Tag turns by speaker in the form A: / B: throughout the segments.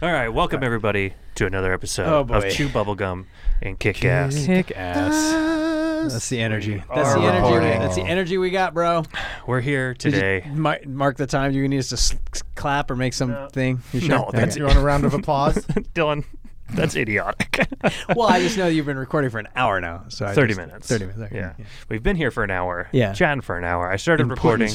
A: Welcome everybody to another episode
B: Oh,
A: of
B: boy.
A: Chew Bubblegum and Kick Ass.
B: Kick ass. That's the energy. That's
C: are
B: the energy.
C: recording.
B: That's the energy we got, bro.
A: We're here
B: Did you
A: today.
B: mar- mark the time. Do you need us to s- s- clap or make something? You sure?
A: No, that's
B: Okay.
C: You want a round of applause?
A: Dylan, that's idiotic.
B: well, I just know you've been recording for an hour now. So I
A: 30
B: just-
A: minutes.
B: Thirty minutes. okay.
A: Yeah. We've been here for an hour.
B: Yeah.
A: Chatting for an hour. I started recording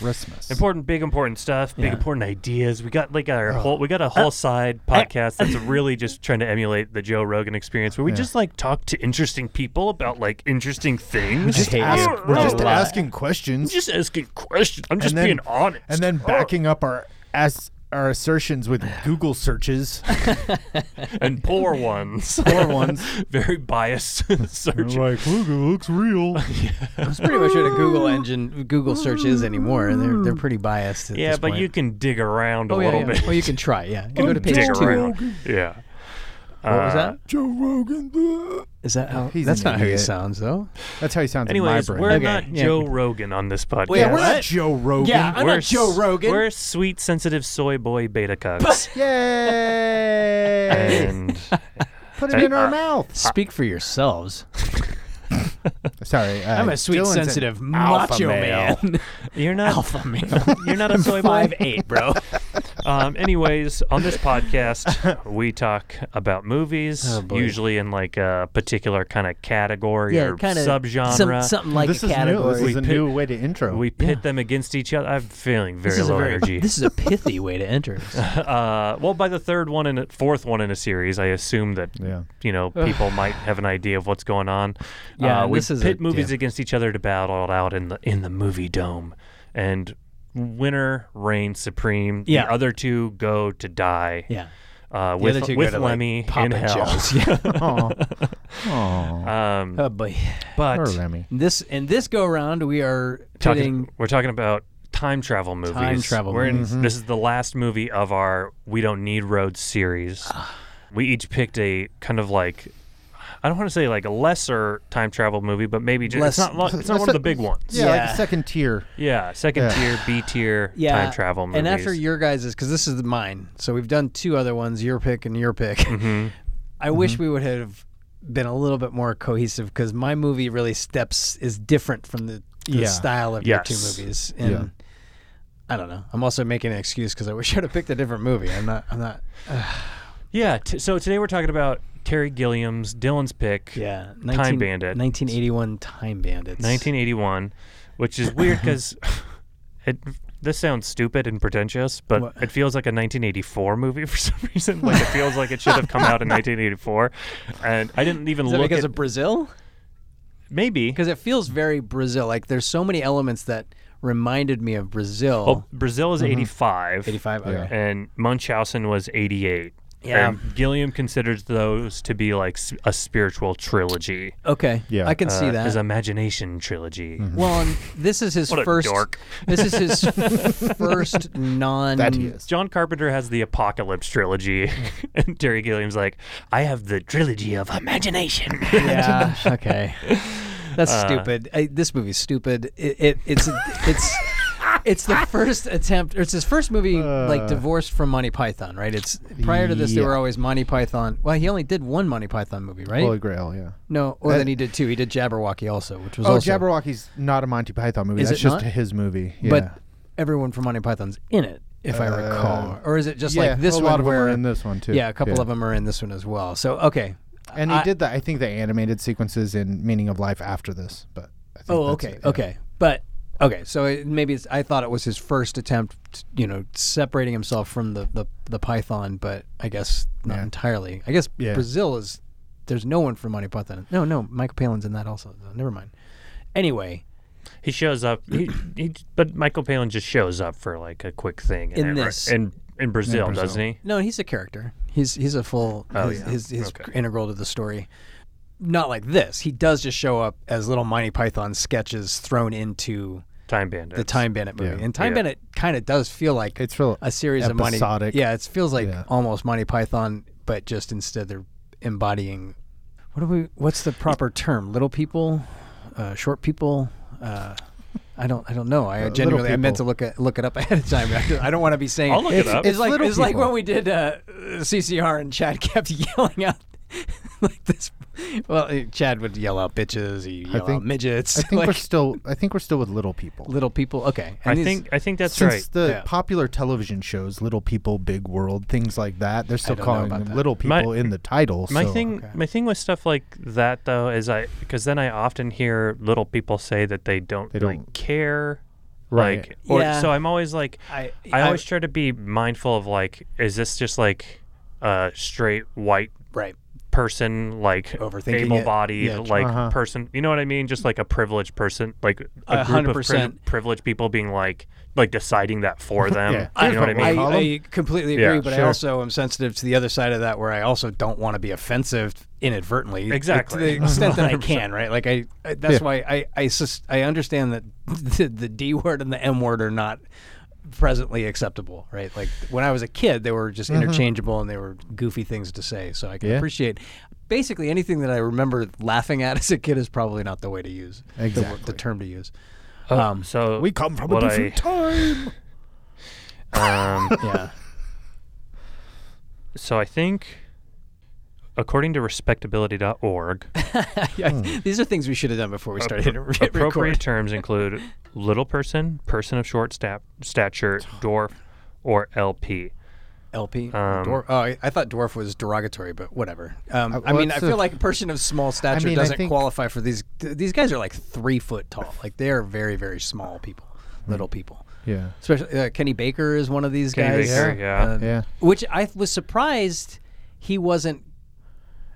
C: Christmas.
A: important big important stuff, big
B: Yeah. Oh. Uh,
A: important ideas. We got like our whole we got a whole side podcast that's really just trying to emulate the Joe Rogan experience where we just like talk to interesting people about like interesting things.
C: Just
A: I
C: ask-
A: don't
C: we're
A: know.
C: just
A: I'm
C: asking questions
A: just asking questions. I'm just
C: then-
A: being honest. Oh.
C: and then backing up our ass, our assertions with Google searches.
A: and poor ones.
C: Poor ones.
A: Very biased search.
C: look, it looks real.
B: That's pretty much what a Google engine, Google search is anymore. They're they're pretty biased. At
A: Yeah,
B: this
A: but
B: point.
A: you can dig around a
B: Oh, yeah,
A: little
B: yeah.
A: bit.
B: Well, you can try. Yeah, you can go to page
A: dig
B: two.
A: around. Yeah.
B: What was that?
C: Joe Rogan.
B: Is that how?
C: He's
B: that's
C: an
B: not how he
C: idiot.
B: sounds, though.
C: That's how he sounds
A: Anyways,
C: in my
A: we're
C: brain.
B: Okay,
A: not
B: yeah.
A: Joe Rogan on this podcast.
B: Wait,
C: yeah, we're
B: What?
C: not Joe Rogan.
B: Yeah. I'm
A: We're
B: not Joe
A: s-
B: Rogan.
A: We're sweet, sensitive soy boy beta cucks.
C: Yay!
A: and
C: Put it in
B: uh,
C: our mouth.
B: Speak for yourselves.
C: Sorry, uh,
B: I'm a sweet,
C: Dylan's an
B: sensitive,
C: alpha
B: macho
C: male.
B: man.
A: you're not
B: alpha male.
A: you're not a soy boy.
B: eight, bro.
A: Um, anyways, on this podcast, we talk about movies,
B: Oh, boy.
A: usually in like a particular kind of category
B: yeah,
A: or
B: kind of
A: subgenre.
B: something like
C: This
B: a
C: is new. This
B: category.
C: is
A: We
C: a
A: pick-
C: new way to intro.
A: We pit them against each other. I'm feeling very
B: a
A: low
B: very-
A: energy.
B: This is a pithy way to enter. this.
A: uh, well, by the third one and fourth one in a series, I assume that
C: yeah.
A: you know people might have an idea of what's going on.
B: Yeah,
A: uh, we
B: this is
A: pit
B: a-
A: movies
B: yeah.
A: against each other to battle it out in the in the movie dome, and winner reigns supreme.
B: Yeah.
A: The other two go to die.
B: Yeah.
A: Uh,
B: The
A: with
B: other two go
A: with
B: to, like,
A: Lemmy in
B: Papa
A: hell.
B: John's. Yeah.
C: Aw. Aw.
A: Um,
B: Oh, boy.
A: but
C: Poor Remy.
B: This and this go around, we are
A: talking,
B: pitting.
A: we're talking about time travel movies.
B: travel
A: We're in,
B: movies.
A: This is the last movie of our We Don't Need Roads series.
B: Ah.
A: we each picked a kind of like. I don't want to say like a lesser time travel movie, but maybe just,
B: Less-
A: it's not lo- it's not one of the big ones.
C: Yeah, like
B: Yeah.
C: a second tier.
A: Yeah, second
C: Yeah.
A: tier, B tier
B: Yeah,
A: time travel movies.
B: and after your guys' because this is mine, so we've done two other ones, your pick and your pick.
A: Mhm.
B: I wish we would have been a little bit more cohesive because my movie really steps is different from the, the
C: Yeah.
B: style of your
A: Yes.
B: two movies. And
C: Yeah.
B: I don't know. I'm also making an excuse because I wish I'd have picked a different movie. I'm not. I'm not.
A: yeah, t- so today we're talking about Terry Gilliam's Dylan's pick,
B: Yeah.
A: Bandit.
B: 1981 Time Bandits.
A: 1981, which is weird because it. This sounds stupid and pretentious, but
B: What?
A: it feels like a 1984 movie for some reason. Like it feels like it should have come out in 1984, and I didn't even
B: Is that
A: look
B: because
A: at
B: of Brazil?
A: maybe.
B: Because it feels very Brazil. Like there's so many elements that reminded me of Brazil.
A: Well, Oh, Brazil
B: Mm-hmm.
A: is 85,
B: 85. Okay.
C: Yeah.
A: and Munchausen was 88.
B: Yeah.
A: and Gilliam considers those to be like s- a spiritual trilogy.
B: Okay.
C: Yeah.
B: I can see
A: uh,
B: that. Mm-hmm.
A: His imagination trilogy.
B: Well, and this is his
A: What a
B: first.
A: dork.
B: This is his first non.
C: That he is.
A: John Carpenter has the Apocalypse trilogy, and Terry Gilliam's like, I have the trilogy of imagination.
B: Yeah. okay. That's
C: Uh.
B: stupid. I, this movie's stupid. It, it it's it's. It's the first attempt, or it's his first movie, like divorced from Monty Python, right? It's prior to this, they
C: Uh. yeah.
B: were always Monty Python. Well, he only did one Monty Python movie, right?
C: Holy Grail, yeah.
B: no, or then he did two. He did Jabberwocky also, which was
C: Oh,
B: also.
C: Jabberwocky's not a Monty Python movie.
B: Is
C: That's
B: it
C: just
B: not?
C: his movie. Yeah. Uh,
B: But everyone from Monty Python's in it, if I recall, or is it just
C: yeah,
B: like this
C: a
B: one
C: lot of them
B: where
C: are in this one too.
B: Yeah, a couple of them are in this one as well. So okay.
C: And he
B: I-
C: did the I think the animated sequences in Meaning of Life after this, but I think
B: Oh,
C: that's
B: okay,
C: it, yeah.
B: okay, but okay. So it, maybe it's, I thought it was his first attempt, t- you know, separating himself from the the, the Python, but I guess not
C: Yeah.
B: entirely. I guess
C: Yeah.
B: Brazil is there's no one from Monty Python. No, no, Michael Palin's in that also. though. Never mind. Anyway,
A: he shows up, he, he, but Michael Palin just shows up for like a quick thing
B: In
A: it, right?
B: this.
A: in in Brazil,
C: Brazil.
A: doesn't he?
B: no, he's a character. He's he's a full.
A: Oh,
B: his,
A: yeah.
B: His, his
A: Okay.
B: integral to the story. Not like this. He does just show up as little Monty Python sketches thrown into
A: Time Bandits.
B: the Time Bandit movie,
C: Yeah.
B: and Time
A: Yeah.
B: Bandit kind of does feel like
C: It's real
B: a series of
C: episodic.
B: Monty. Yeah, it feels like
C: Yeah.
B: almost Monty Python, but just instead they're embodying. What do we? What's the proper term? Little people, uh, short people. Uh, I don't. I don't know. I
C: Uh,
B: genuinely.
C: little
B: I meant to
C: people.
B: look at, look it up ahead of time. I don't want to be saying.
A: I'll look it
B: it's,
A: up.
B: It's
C: It's
B: like
C: little
B: it's like
C: people.
B: when we did uh, CCR and Chad kept yelling out like this. Well, eh, Chad would yell out bitches. He yell out
C: think-
B: midgets.
C: I think we're
B: like
C: still. I think we're still with little people.
B: little people. Okay.
A: I
B: these-
A: think I think that's
C: Since
A: right.
C: the
B: Yeah.
C: popular television shows, Little People, Big World, things like that, they're still
B: don't know
C: calling
B: about
C: them
B: that.
C: little
A: My-
C: people in the title.
A: My
C: so-
A: thing,
B: okay.
A: my thing with stuff like that though is I because then I often hear little people say that they don't
C: They
A: really
C: don't-
A: care,
C: Right.
A: Like, or
B: Yeah.
A: so I'm always like,
B: I-
A: I,
B: I-
A: always try to be mindful of like, is this just like a straight white
B: right.
A: person, like
B: Overthinking it.
A: able-bodied,
B: Yeah,
A: like
C: uh-huh.
A: person? You know what I mean? Just like a privileged person, like a
B: A hundred
A: group of pri-
B: percent.
A: privileged people being like, like deciding that for them.
C: Yeah.
A: You know what I mean?
C: Here's what we-
B: I,
C: Column?
B: I completely agree,
A: Yeah,
B: but I
C: sure.
B: also am sensitive to the other side of that, where I also don't want to be offensive inadvertently.
A: Exactly.
B: to the extent that I can, right? Like I, I that's
C: Yeah.
B: why I, I, sus- I understand that the, the D word and the M word are not presently acceptable, right? Like when I was a kid, they were just interchangeable and they were goofy things to say. So I can
C: Mm-hmm. Yeah.
B: appreciate basically anything that I remember laughing at as a kid is probably not the way to use the wor- the,
C: Exactly.
B: term to use.
A: Um, so
C: we come from a
A: what I-
C: different time.
A: Um,
B: Yeah.
A: So I think, according to respectability.org,
B: Yeah,
C: Hmm.
B: These are things we should have done before we started to re-
A: appropriate
B: record.
A: terms include little person, person of short sta- stature, dwarf, or LP.
B: LP.
A: Um,
B: dwarf. Oh, I, I thought dwarf was derogatory, but whatever. Um,
C: Uh,
B: I mean,
C: what's
B: I
C: the-
B: feel like a person of small stature
C: mean, I
B: doesn't
C: think-
B: qualify for these. Th- these guys are like three foot tall. Like they are very, very small people,
C: Hmm.
B: little people.
C: Yeah.
B: Especially uh, Kenny Baker is one of these
A: Kenny
B: guys.
A: Baker, yeah.
B: Uh,
C: Yeah.
B: Which I was surprised he wasn't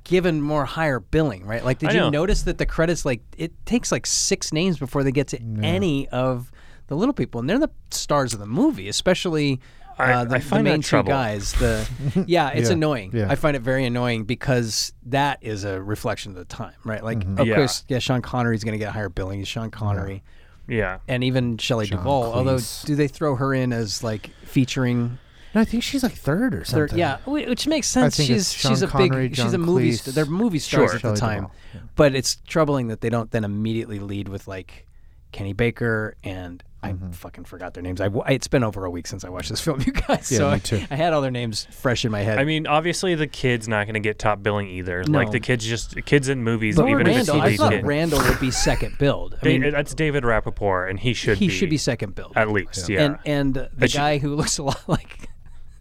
B: given more higher billing, right? Like, did
A: I
B: you
A: know.
B: notice that the credits like it takes like six names before they get to any of the little people, and they're the stars of the movie, especially. Uh,
A: I-
B: the,
A: I
B: the
A: find that
B: main two
A: trouble.
B: guys. The yeah, it's
C: Yeah,
B: annoying.
C: yeah.
B: I find it very annoying because that is a reflection of the time, right? Like,
C: Mm-hmm.
B: of
A: Yeah.
B: course, yeah, Sean Connery's going to get higher billing. He's Sean Connery,
A: Yeah.
B: and even Shelley Duvall. Although,
C: Cleese.
B: do they throw her in as like featuring
C: No, I think she's like third or
B: they're-
C: something.
B: yeah, whi- which makes sense.
C: think it's
B: She's
C: Sean
B: she's a
C: Connery,
B: big she's
C: John
B: a movie.
C: Cleese,
B: St- they're movie stars
A: Sure.
B: at the
C: Shelley
B: time,
C: Duvall,
B: but it's troubling that they don't then immediately lead with like Kenny Baker and
C: Mm-hmm.
B: I fucking forgot their names. I, w- it's been over a week since I watched this film, you guys.
C: Yeah,
B: so
C: me
B: I,
C: too.
B: I had all their names fresh in my head.
A: I mean, obviously, the kid's not going to get top billing either. Like,
B: No.
A: the kid's just, kids in movies,
B: But
A: even
B: Randall,
A: if
B: I
A: it's TV
B: thought
A: kid.
B: Randall would be second build. I
A: Da-
B: mean,
A: that's David Rappaport, and he should
B: he
A: be.
B: should be second build.
A: At least, yeah.
B: and and uh, the
A: But she-
B: guy who looks a lot like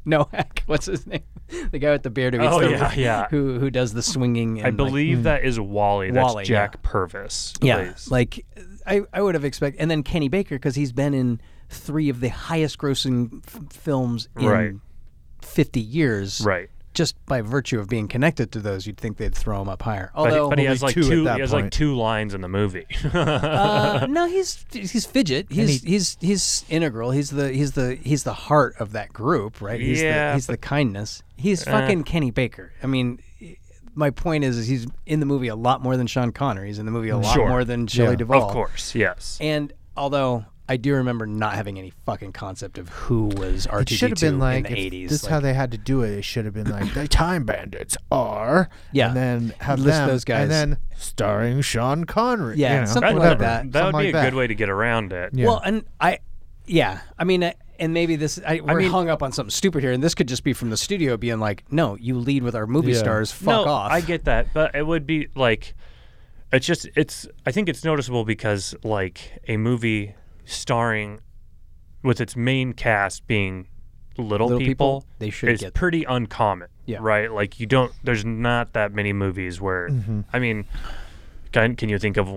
B: Noack, what's his name? The guy with the beard who eats
A: Oh,
B: the-
A: yeah, yeah.
B: who who does the swinging. And
A: I
B: like,
A: believe that is Wally. That's
B: Mm. Wally,
A: Jack Purvis.
B: Yeah,
A: please.
B: like I, I would have expected, and then Kenny Baker because he's been in three of the highest-grossing f- films in
A: Right.
B: fifty years.
A: Right.
B: Just by virtue of being connected to those, you'd think they'd throw him up higher.
A: But,
B: Although,
A: but he has like
C: only two
A: two,
C: at that
A: he has like
C: point.
A: two lines in the movie.
B: uh, no, he's he's fidget. He's he's he's integral. He's the he's the he's the heart of that group, right? He's
A: Yeah,
B: the, he's the kindness. He's fucking Kenny Baker. I mean, my point is, is he's in the movie a lot more than Sean Connery. He's in the movie a lot
A: Sure.
B: more than Shelley
C: Yeah.
B: Duvall.
A: of course, yes.
B: Oh. And although I do remember not having any fucking concept of who was
C: It
B: R2D2
C: should have been like
B: in the
C: if
B: 80s.
C: this is
B: like,
C: how they had to do it. It should have been like the Time Bandits are,
B: Yeah.
C: and then have
B: List
C: them,
B: those guys.
C: and then starring Sean Connery.
B: Yeah,
C: you know,
B: something like
C: whatever.
B: that.
A: That would
C: Something
A: be
C: like
A: a good way to get around it.
C: Yeah.
B: Well, and I, yeah, I mean, I- and maybe this, I, we're
A: mean-
B: hung up on something stupid here, and this could just be from the studio being like, no, you lead with our movie
C: Yeah.
B: stars, fuck
A: no,
B: off.
A: I get that, but it would be like it's just it's I think it's noticeable because like a movie starring with its main cast being little,
B: Little people,
A: people,
B: they should
A: is
B: get-
A: pretty uncommon.
B: Yeah.
A: Right? Like you don't there's not that many movies where
B: Mm-hmm.
A: I mean can, can you think of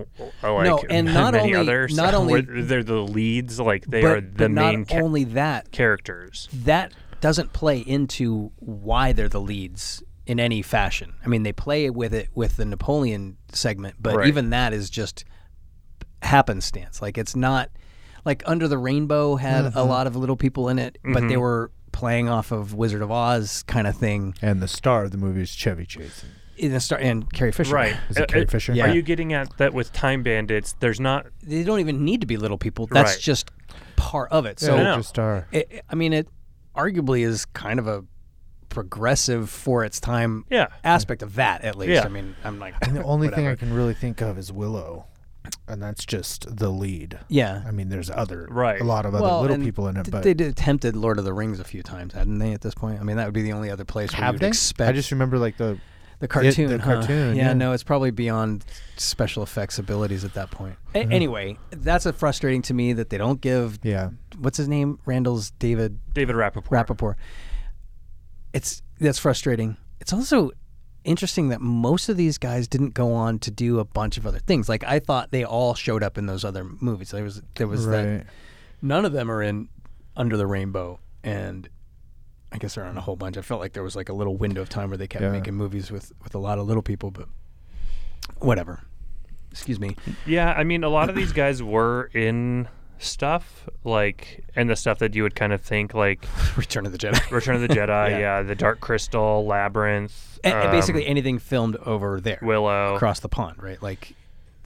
A: uh, like
B: and not
A: many
B: only-
A: others
B: not only-
A: where they're the leads like they
B: but,
A: are
B: but
A: the main
B: not
A: ca-
B: only that,
A: characters
B: that doesn't play into why they're the leads in any fashion. I mean, they play with it with the Napoleon segment, but
A: Right.
B: even that is just happenstance. Like it's not like Under the Rainbow had a lot of little people in it, but
A: Mm-hmm.
B: they were playing off of Wizard of Oz kind of thing
C: And the star of the movie is Chevy Chase.
B: in the star and Carrie Fisher.
A: right
C: Is it
A: Uh,
C: Carrie
A: uh,
C: Fisher?
B: Yeah.
A: are you getting at that with time bandits there's not
B: They don't even need to be little people. That's
A: Right.
B: just part of it. So
A: I know.
C: Just star.
B: it, I mean, it arguably is kind of a progressive for its time
A: Yeah.
B: aspect of that, at least.
A: Yeah.
B: I mean, I'm like,
C: And the only thing I
B: whatever.
C: can really think of is Willow. and that's just the lead.
B: Yeah.
C: I mean, there's other
A: Right.
C: a lot of other
B: well,
C: little
B: and
C: people in it,
B: th-
C: but
B: they did attempted Lord of the Rings a few times, hadn't they? At this point, I mean, that would be the only other place where
C: have
B: you'd
C: they?
B: expect
C: I just remember like the
B: the cartoon.
C: the
B: huh?
C: cartoon,
B: Yeah,
C: yeah.
B: no, it's probably beyond special effects abilities at that point. A- Anyway, that's a frustrating to me that they don't give.
C: Mm-hmm. yeah.
B: What's his name? Randall's David
A: David Rappaport.
B: Rappaport. It's that's frustrating. It's also interesting that most of these guys didn't go on to do a bunch of other things. Like I thought they all showed up in those other movies. There was there was that
C: Right.
B: none of them are in Under the Rainbow and I guess they're on a whole bunch. I felt like there was like a little window of time where they kept
C: Yeah.
B: making movies with with a lot of little people, but whatever. Excuse me.
A: Yeah, I mean, a lot of these guys were in stuff like, and the stuff that you would kind of think like
B: Return of the Jedi.
A: Return of the Jedi,
B: Yeah.
A: yeah. The Dark Crystal, Labyrinth,
B: and, and
A: um,
B: basically anything filmed over there.
A: Willow. Mm-hmm.
B: across the pond, right? Like,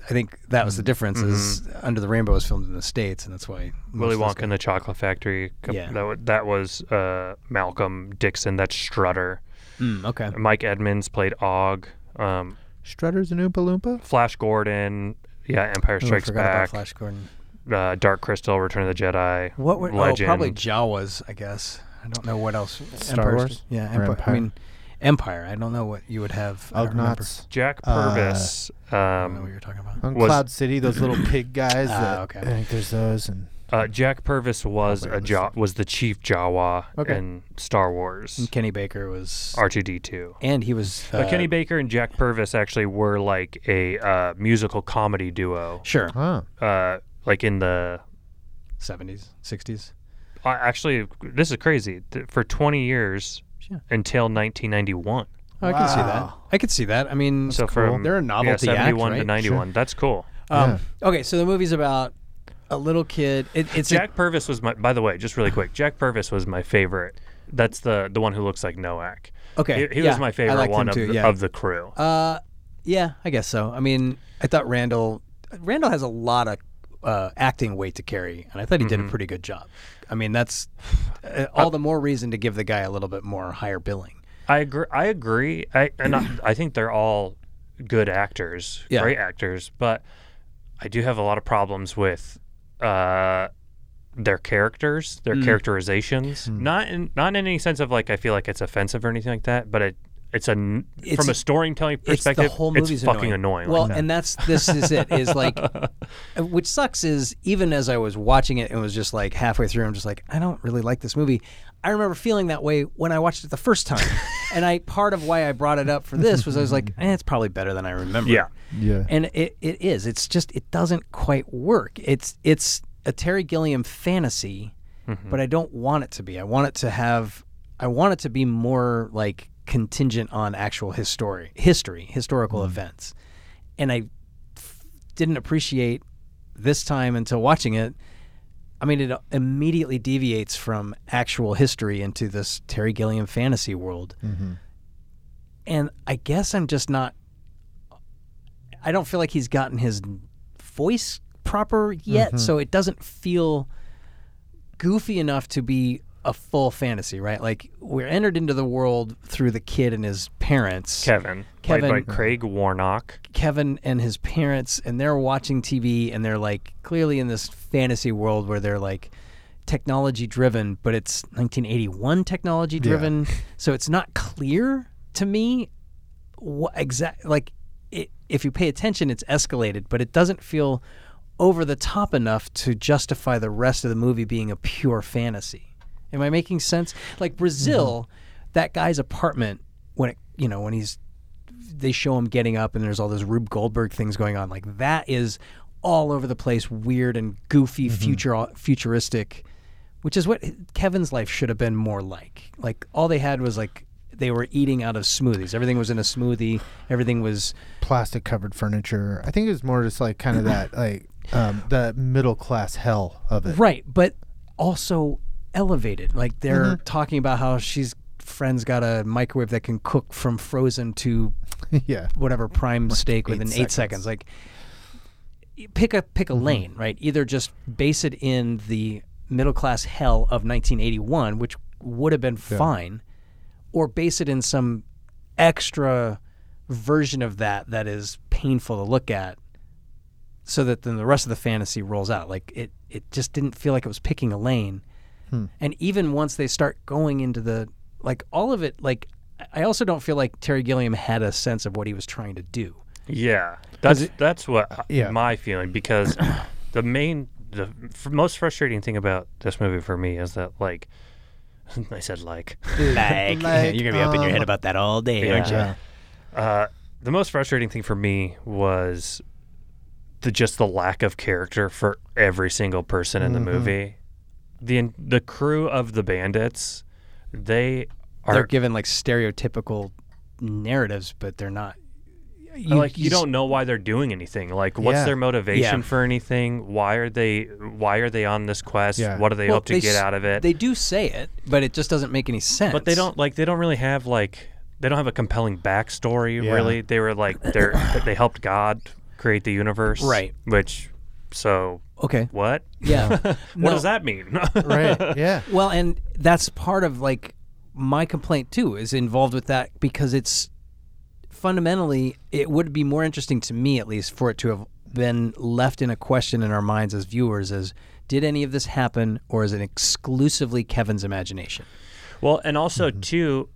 B: I think that was the difference. Is Under the Rainbow was filmed in the states, and that's why most
A: Willy
B: of those
A: Wonka and the Chocolate Factory. co-
B: Yeah.
A: That, wa- that was uh, Malcolm Dixon. That's Strutter.
B: guys- Mm, okay,
A: Mike Edmonds played Og. Um,
C: Strutters and Oompa Loompa.
A: Flash Gordon. Yeah, Empire
B: Oh, I
A: Strikes
B: forgot about
A: Back.
B: Flash Gordon.
A: Uh, Dark Crystal, Return of the Jedi.
B: What were
A: Legend.
B: oh probably Jawas, I guess. I don't know what else.
C: Star
B: Empire's-
C: Wars?
B: yeah, Empire.
C: Or
B: I
C: Empire?
B: mean, Empire. I don't know what you would have. I don't remember.
C: Ugnaughts.
A: Jack
C: Uh,
A: Purvis.
B: I don't know what
A: um,
B: you're talking about.
C: On
A: Was-
C: Cloud City, those little pig guys.
B: Ah,
C: that,
B: okay.
C: I think there's those and
A: uh, Jack Purvis was
C: Probably
A: a
C: was-
A: Jaw was the chief Jawa
C: Okay.
A: in Star Wars.
B: And Kenny Baker was,
A: R two D two.
B: and he was. Uh,
A: But Kenny Baker and Jack Purvis actually were like a uh, musical comedy duo.
B: Sure,
C: huh.
A: Uh, like in the
B: seventies, sixties.
A: uh, actually, this is crazy. Th- for 20 years
B: Sure.
A: until 1991.
B: I can see that.
C: Wow.
B: I can see that. I mean,
A: so from
B: they're a
A: yeah,
B: novelty act,
A: 71
B: right?
A: to 91. That's cool.
B: Um, Okay, so the movie's about a little kid. It, it's a-
A: Jack Purvis was my. By the way, just really quick, Jack Purvis was my favorite. That's the the one who looks like Noack.
B: okay.
A: He, he
B: yeah,
A: was my
B: I
A: favorite
B: liked
A: one
B: him
A: of,
B: too,
A: the,
B: yeah.
A: of the crew.
B: Uh, yeah, I guess so. I mean, I thought Randall Randall has a lot of uh, acting weight to carry, and I thought he
A: Mm-hmm.
B: did a pretty good job. I mean, that's uh, all the more reason to give the guy a little bit more higher billing.
A: I agree. I agree. I and I, I think they're all good actors,
B: Yeah.
A: great actors, but I do have a lot of problems with uh, their characters,
B: Mm.
A: their characterizations.
B: Hmm.
A: Not in not in any sense of like I feel like it's offensive or anything like that, but it it's a n-
B: It's-
A: from a storytelling
B: It's
A: perspective,
B: the whole
A: it's
B: movie's
A: fucking
B: annoying.
A: annoying.
B: Well, and that's this is it is like, uh, which sucks is even as I was watching it and was just like halfway through, I'm just like, I don't really like this movie. I remember feeling that way when I watched it the first time, and I part of why I brought it up for this was I was like, eh, it's probably better than I remember.
A: Yeah.
C: Yeah.
B: and it, it is. It's just it doesn't quite work. It's it's a Terry Gilliam fantasy, but I don't want it to be. I want it to have. I want it to be more like contingent on actual history, history, historical events, and I f- didn't appreciate this time until watching it. I mean, it immediately deviates from actual history into this Terry Gilliam fantasy world. And I guess I'm just not I don't feel like he's gotten his voice proper yet, so it doesn't feel goofy enough to be a full fantasy, right? Like we're entered into the world through the kid and his parents,
A: Kevin,
B: Kevin-
A: played by Craig Warnock.
B: Kevin and his parents, and they're watching TV and they're like clearly in this fantasy world where they're like technology driven, but it's 1981 technology driven, so it's not clear to me what exact like it, if you pay attention it's escalated but it doesn't feel over the top enough to justify the rest of the movie being a pure fantasy am i making sense like brazil that guy's apartment when it you know when he's they show him getting up and there's all those rube goldberg things going on like that is all over the place weird and goofy future uh, futuristic which is what Kevin's life should have been more like. Like all they had was like they were eating out of smoothies. Everything was in a smoothie. Everything was
C: Plastic covered furniture. I think it was more just like kind of that like um, the middle class hell of it.
B: right, but also elevated. Like they're talking about how she's friend's got a microwave that can cook from frozen to
C: yeah.
B: whatever prime steak within eight
C: eight
B: seconds. Mm-hmm. Like y- pick a pick a lane, right? Either just base it in the middle class hell of 1981, which would have been fine, or base it in some extra version of that that is painful to look at. so that then the rest of the fantasy rolls out. Like it, it just didn't feel like it was picking a lane. And even once they start going into the like all of it, like I also don't feel like Terry Gilliam had a sense of what he was trying to do.
A: Yeah, that's that's what uh,
C: yeah.
A: my feeling because the main the f- most frustrating thing about this movie for me is that like I said like
C: Like, Like,
B: you're gonna be up in your head
C: um,
B: about that all day, aren't you?
A: yeah. uh, the most frustrating thing for me was the just the lack of character for every single person in
B: Mm-hmm.
A: the movie. The en- the crew of the bandits, they
B: They're
A: are
B: given like stereotypical narratives, but they're not. You,
A: like you
B: s-
A: don't know why they're doing anything. Like what's
C: Yeah.
A: their motivation
B: Yeah.
A: for anything? Why are they why are they on this quest?
C: Yeah.
A: What do they
B: Well,
A: hope to
B: they
A: get
B: s-
A: out of it?
B: They do say it, but it just doesn't make any sense.
A: But they don't like they don't really have like they don't have a compelling backstory
C: Yeah.
A: really. They were like they're they helped God create the universe.
B: Right.
A: Which so
B: Okay.
A: what?
B: Yeah.
A: what does that mean?
C: right. Yeah.
B: Well, and that's part of like my complaint too is involved with that because it's fundamentally it would be more interesting to me at least for it to have been left in a question in our minds as viewers as did any of this happen or is it exclusively Kevin's imagination?
A: well, and also too,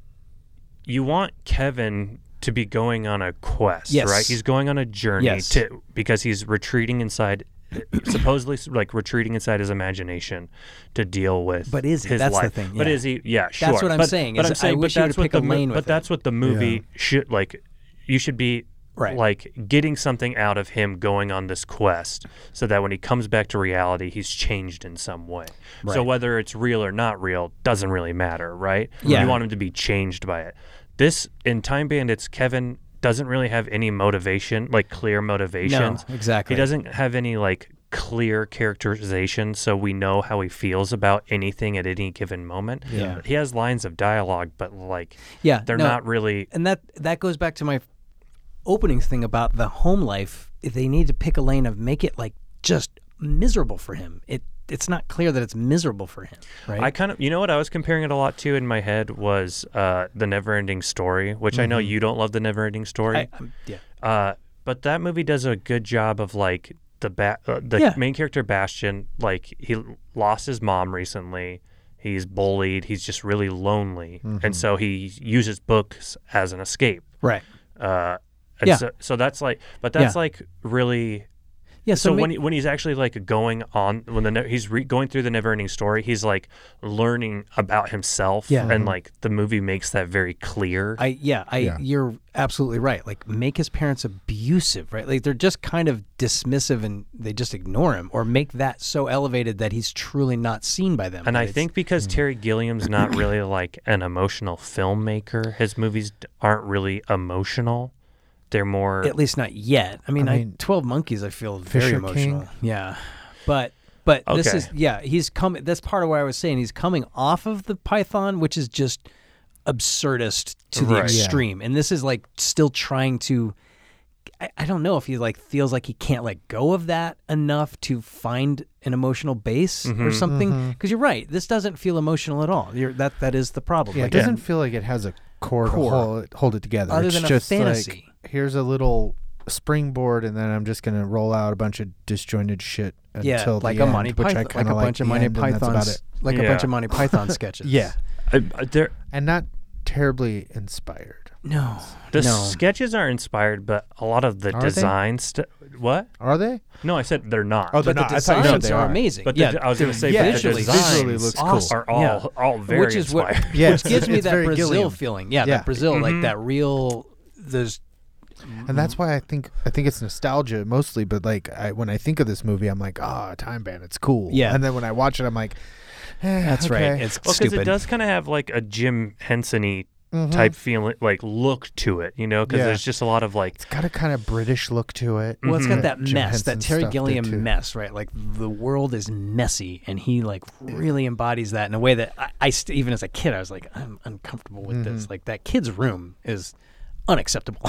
A: you want Kevin to be going on a quest,
B: Yes.
A: right? He's going on a journey
B: Yes.
A: to because he's retreating inside supposedly like retreating inside his imagination to deal with
B: But is he?
A: his
B: That's the
A: life.
B: thing,
A: But
B: yeah.
A: is he yeah, sure.
B: what I'm
A: but,
B: saying,
A: But I'm
B: is I
A: saying but
B: wish you would
A: that's what
B: pick
A: the
B: a
A: mo-
B: lane
A: but
B: with it.
A: that's what the movie should like you should be
B: Right.
A: like getting something out of him going on this quest so that when he comes back to reality he's changed in some way so
B: Right.
A: whether it's real or not real doesn't really matter right
B: Yeah.
A: you want him to be changed by it this in time bandits kevin doesn't really have any motivation like clear motivations
B: exactly.
A: he doesn't have any like clear characterization so we know how he feels about anything at any given moment
B: Yeah.
A: he has lines of dialogue but like
B: Yeah.
A: they're
B: no,
A: not really
B: and that that goes back to my opening thing about the home life. They need to pick a lane of make it like just miserable for him. It it's not clear that it's miserable for him, right?
A: I kind of, you know what I was comparing it a lot to in my head was uh, the Neverending Story, which I know
B: Mm-hmm.
A: you don't love the Neverending Story,
B: I'm- yeah.
A: uh, but that movie does a good job of like the ba- uh, the
B: Yeah.
A: main character Bastion, like he l- lost his mom recently. He's bullied. He's just really lonely,
B: Mm-hmm.
A: and so he uses books as an escape.
B: Right.
A: Uh, and
B: Yeah.
A: So, so that's like, but that's
B: Yeah.
A: like really
B: Yeah. So,
A: so
B: ma-
A: when he, when he's actually like going on when the ne- he's re- going through the never ending story, he's like learning about himself,
B: Yeah. Mm-hmm.
A: and like the movie makes that very clear.
B: I yeah I you're absolutely right. Like make his parents abusive, right? Like they're just kind of dismissive and they just ignore him, or make that so elevated that he's truly not seen by them.
A: and
B: that
A: I
B: it's- mm-hmm.
A: think because Terry Gilliam's not really like an emotional filmmaker, his movies d- aren't really emotional. They're more
B: at least not yet. I mean, I,
C: mean,
B: Twelve Monkeys, I feel very
C: Fisher
B: emotional.
C: King.
B: Yeah, but but this
A: Okay.
B: is yeah. He's coming. That's part of why I was saying he's coming off of the Python, which is just absurdist to the
A: Right. Yeah.
B: extreme, and this is like still trying to. I, I don't know if he like feels like he can't let go of that enough to find an emotional base
C: Mm-hmm.
B: or something. Because you're right, this doesn't feel emotional at all. You're, that that is the problem.
C: Yeah,
B: Like,
C: it doesn't feel like it has a
B: Core.
C: core, to hold it, hold it together.
B: Other
C: it's
B: than a
C: just
B: fantasy.
C: like here's a little springboard, and then I'm just gonna roll out a bunch of disjointed shit
B: yeah,
C: until
B: like
C: the
B: a
C: end,
B: Monty
C: which
B: Python,
C: I
B: like a
C: kinda
B: bunch of
C: the
B: Monty
C: end, and that's about
B: Python,
C: it.
B: like a bunch
A: Yeah.
B: of Monty Python sketches.
C: Yeah,
A: I, I- they're-
C: and not terribly inspired.
B: No.
A: the
B: no.
A: sketches are inspired, but a lot of the
C: Are they?
A: design stuff. What?
C: Are they?
A: No, I said they're not.
C: Oh, they're
B: but the
C: not. I thought you said
B: designs
C: they
B: are
C: are.
B: amazing.
A: but the
B: yeah,
A: de- I was going to say,
C: yeah,
A: but the
B: visually,
A: designs
C: visually looks
B: awesome.
C: cool.
A: are all
B: Yeah.
A: all very
B: which is
A: inspired.
B: what
C: Yeah,
B: which gives me
C: it's
B: that
C: very
B: Brazil
C: Gilliam.
B: feeling. Yeah,
C: Yeah.
B: that Brazil, like that real. There's
C: and that's why I think I think it's nostalgia mostly. But like I, when I think of this movie, I'm like, ah, Time Band, it's cool.
B: Yeah.
C: and then when I watch it, I'm like, eh,
B: that's
C: okay.
B: right. It's
A: Well, because
B: stupid.
A: it does kind of have like a Jim Henson-y type feeling, like look to it, you know? Because
C: Yeah.
A: there's just a lot of like,
C: got a kind of British look to it.
B: Well, it's got that
C: Jim
B: mess,
C: Henson
B: that Terry
C: stuff did too.
B: Gilliam mess, right? Like the world is messy, and he like really embodies that in a way that I, I st- even as a kid, I was like, I'm uncomfortable with this.
C: Mm-hmm.
B: Like that kid's room is unacceptable.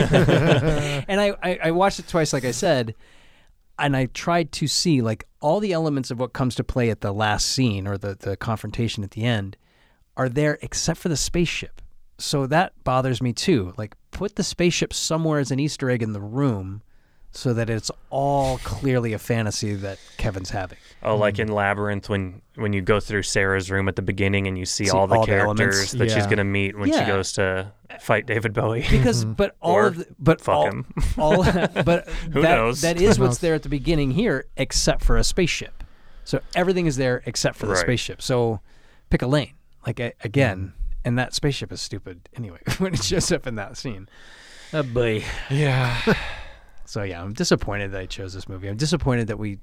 B: and I, I I watched it twice, like I said, and I tried to see like all the elements of what comes to play at the last scene or the the confrontation at the end are there except for the spaceship. So that bothers me too. Like put the spaceship somewhere as an Easter egg in the room so that it's all clearly a fantasy that Kevin's having.
A: Oh, like
B: Mm.
A: in Labyrinth, when when you go through Sarah's room at the beginning and you see, all the
B: all the elements.
A: characters that she's
C: Yeah.
A: gonna meet when she
B: Yeah.
A: goes to fight David Bowie.
B: Because, but all
A: Mm-hmm. Or
B: of the, but
A: fuck
B: all,
A: him.
B: all but
A: Who
B: that,
A: knows?
B: that is what's there at the beginning here, except for a spaceship. So everything is there except for the
A: Right.
B: spaceship. So pick a lane, like a, again,
A: Mm.
B: and that spaceship is stupid anyway when it shows up in that scene. Oh boy.
A: yeah.
B: So yeah, I'm disappointed that I chose this movie. I'm disappointed that we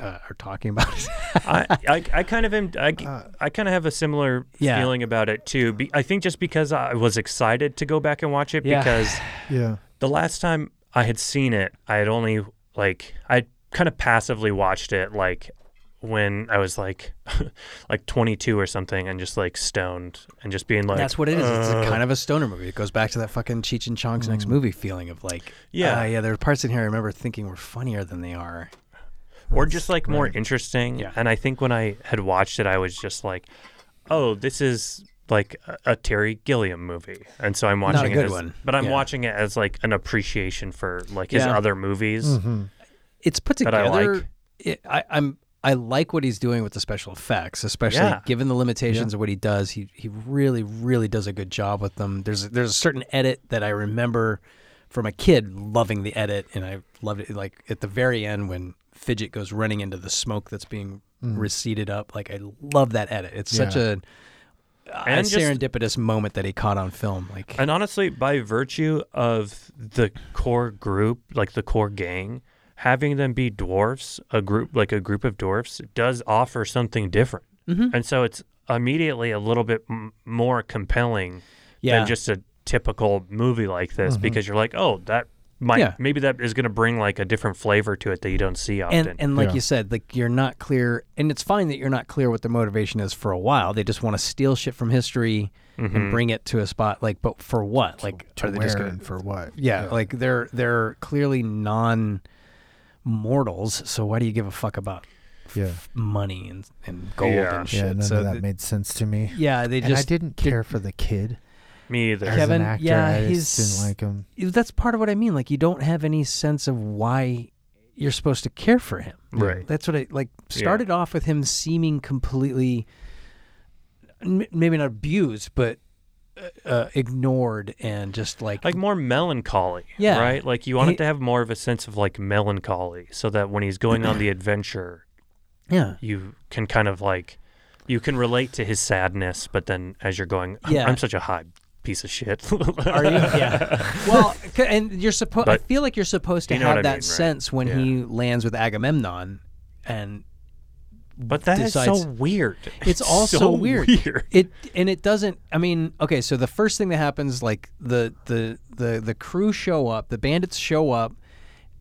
B: uh, are talking about it.
A: I, I, I kind of am. I, I kind of have a similar
B: Yeah.
A: feeling about it too. Be, I think just because I was excited to go back and watch it
B: Yeah.
A: because
C: Yeah.
A: the last time I had seen it, I had only like I kind of passively watched it like when I was like like 22 or something and just like stoned and just being like uh,
B: That's what it is. It's a kind of a stoner movie. It goes back to that fucking Cheech and Chong's next movie feeling of like,
A: Mm. Yeah.
B: ah, yeah. There are parts in here I remember thinking were funnier than they are.
A: or just like more interesting.
B: Yeah.
A: And I think when I had watched it, I was just like, oh, this is like a, a Terry Gilliam movie, and so I'm watching
B: a good
A: it as,
B: one.
A: but I'm
B: Yeah.
A: watching it as like an appreciation for like his
B: Yeah. Mm-hmm.
A: other movies.
B: It's put
A: That I
B: together.
A: like.
B: It, I, I'm I like what he's doing with the special effects, especially
A: Yeah.
B: given the limitations of what he does. He he really really does a good job with them. There's there's a certain edit that I remember from a kid loving the edit, and I loved it. Like at the very end when Fidget goes running into the smoke that's being receded up, like I love that edit. It's such
C: Yeah.
B: a and
A: And just-
B: serendipitous moment that he caught on film. Like
A: And honestly, by virtue of the core group, like the core gang, having them be dwarfs, a group like a group of dwarfs, does offer something different.
B: Mm-hmm.
A: And so it's immediately a little bit m- more compelling
B: Yeah. Mm-hmm.
A: than just a typical movie like this because you're like, oh, that might
B: Yeah.
A: maybe that is going to bring like a different flavor to it that you don't see often.
B: and and like
C: Yeah.
B: you said, like you're not clear, and it's fine that you're not clear what their motivation is for a while. They just want to steal shit from history
A: Mm-hmm. Hmm.
B: and bring it to a spot, like, but for what? Like, are they
C: Where
B: just gonna?
C: and for what?
B: Yeah, like they're they're clearly non mortals, so why do you give a fuck about
C: Yeah.
B: money and and gold
A: Yeah.
B: and shit?
C: Yeah. None
B: so
C: of that
B: th-
C: made sense to me.
B: yeah, they
C: and I
B: just
C: didn't care for the kid
A: Me either.
C: as
B: Kevin,
C: an actor.
B: yeah,
C: I
B: he's-
C: just didn't like him.
B: that's part of what I mean. Like you don't have any sense of why you're supposed to care for him.
A: Right.
B: That's what I like. Started off with him seeming completely, m- maybe not abused, but uh, uh, ignored and just like,
A: like more melancholy.
B: Yeah.
A: Right? Like you wanted
B: He-
A: to have more of a sense of like melancholy so that when he's going on the adventure,
B: yeah,
A: you can kind of like you can relate to his sadness, but then as you're going, "I'm-
B: Yeah.
A: I'm such a hot piece of shit.
B: are you? Yeah. well, c- and you're supposed. I
A: But
B: feel like you're supposed to
A: you know
B: have
A: what I
B: that
A: mean, right?
B: sense when
A: Yeah.
B: he lands with Agamemnon, and
A: but that is
B: Decides-
A: so weird.
B: it's all
A: so
B: so weird. It and it doesn't. I mean, okay. So the first thing that happens, like the the the the crew show up, the bandits show up,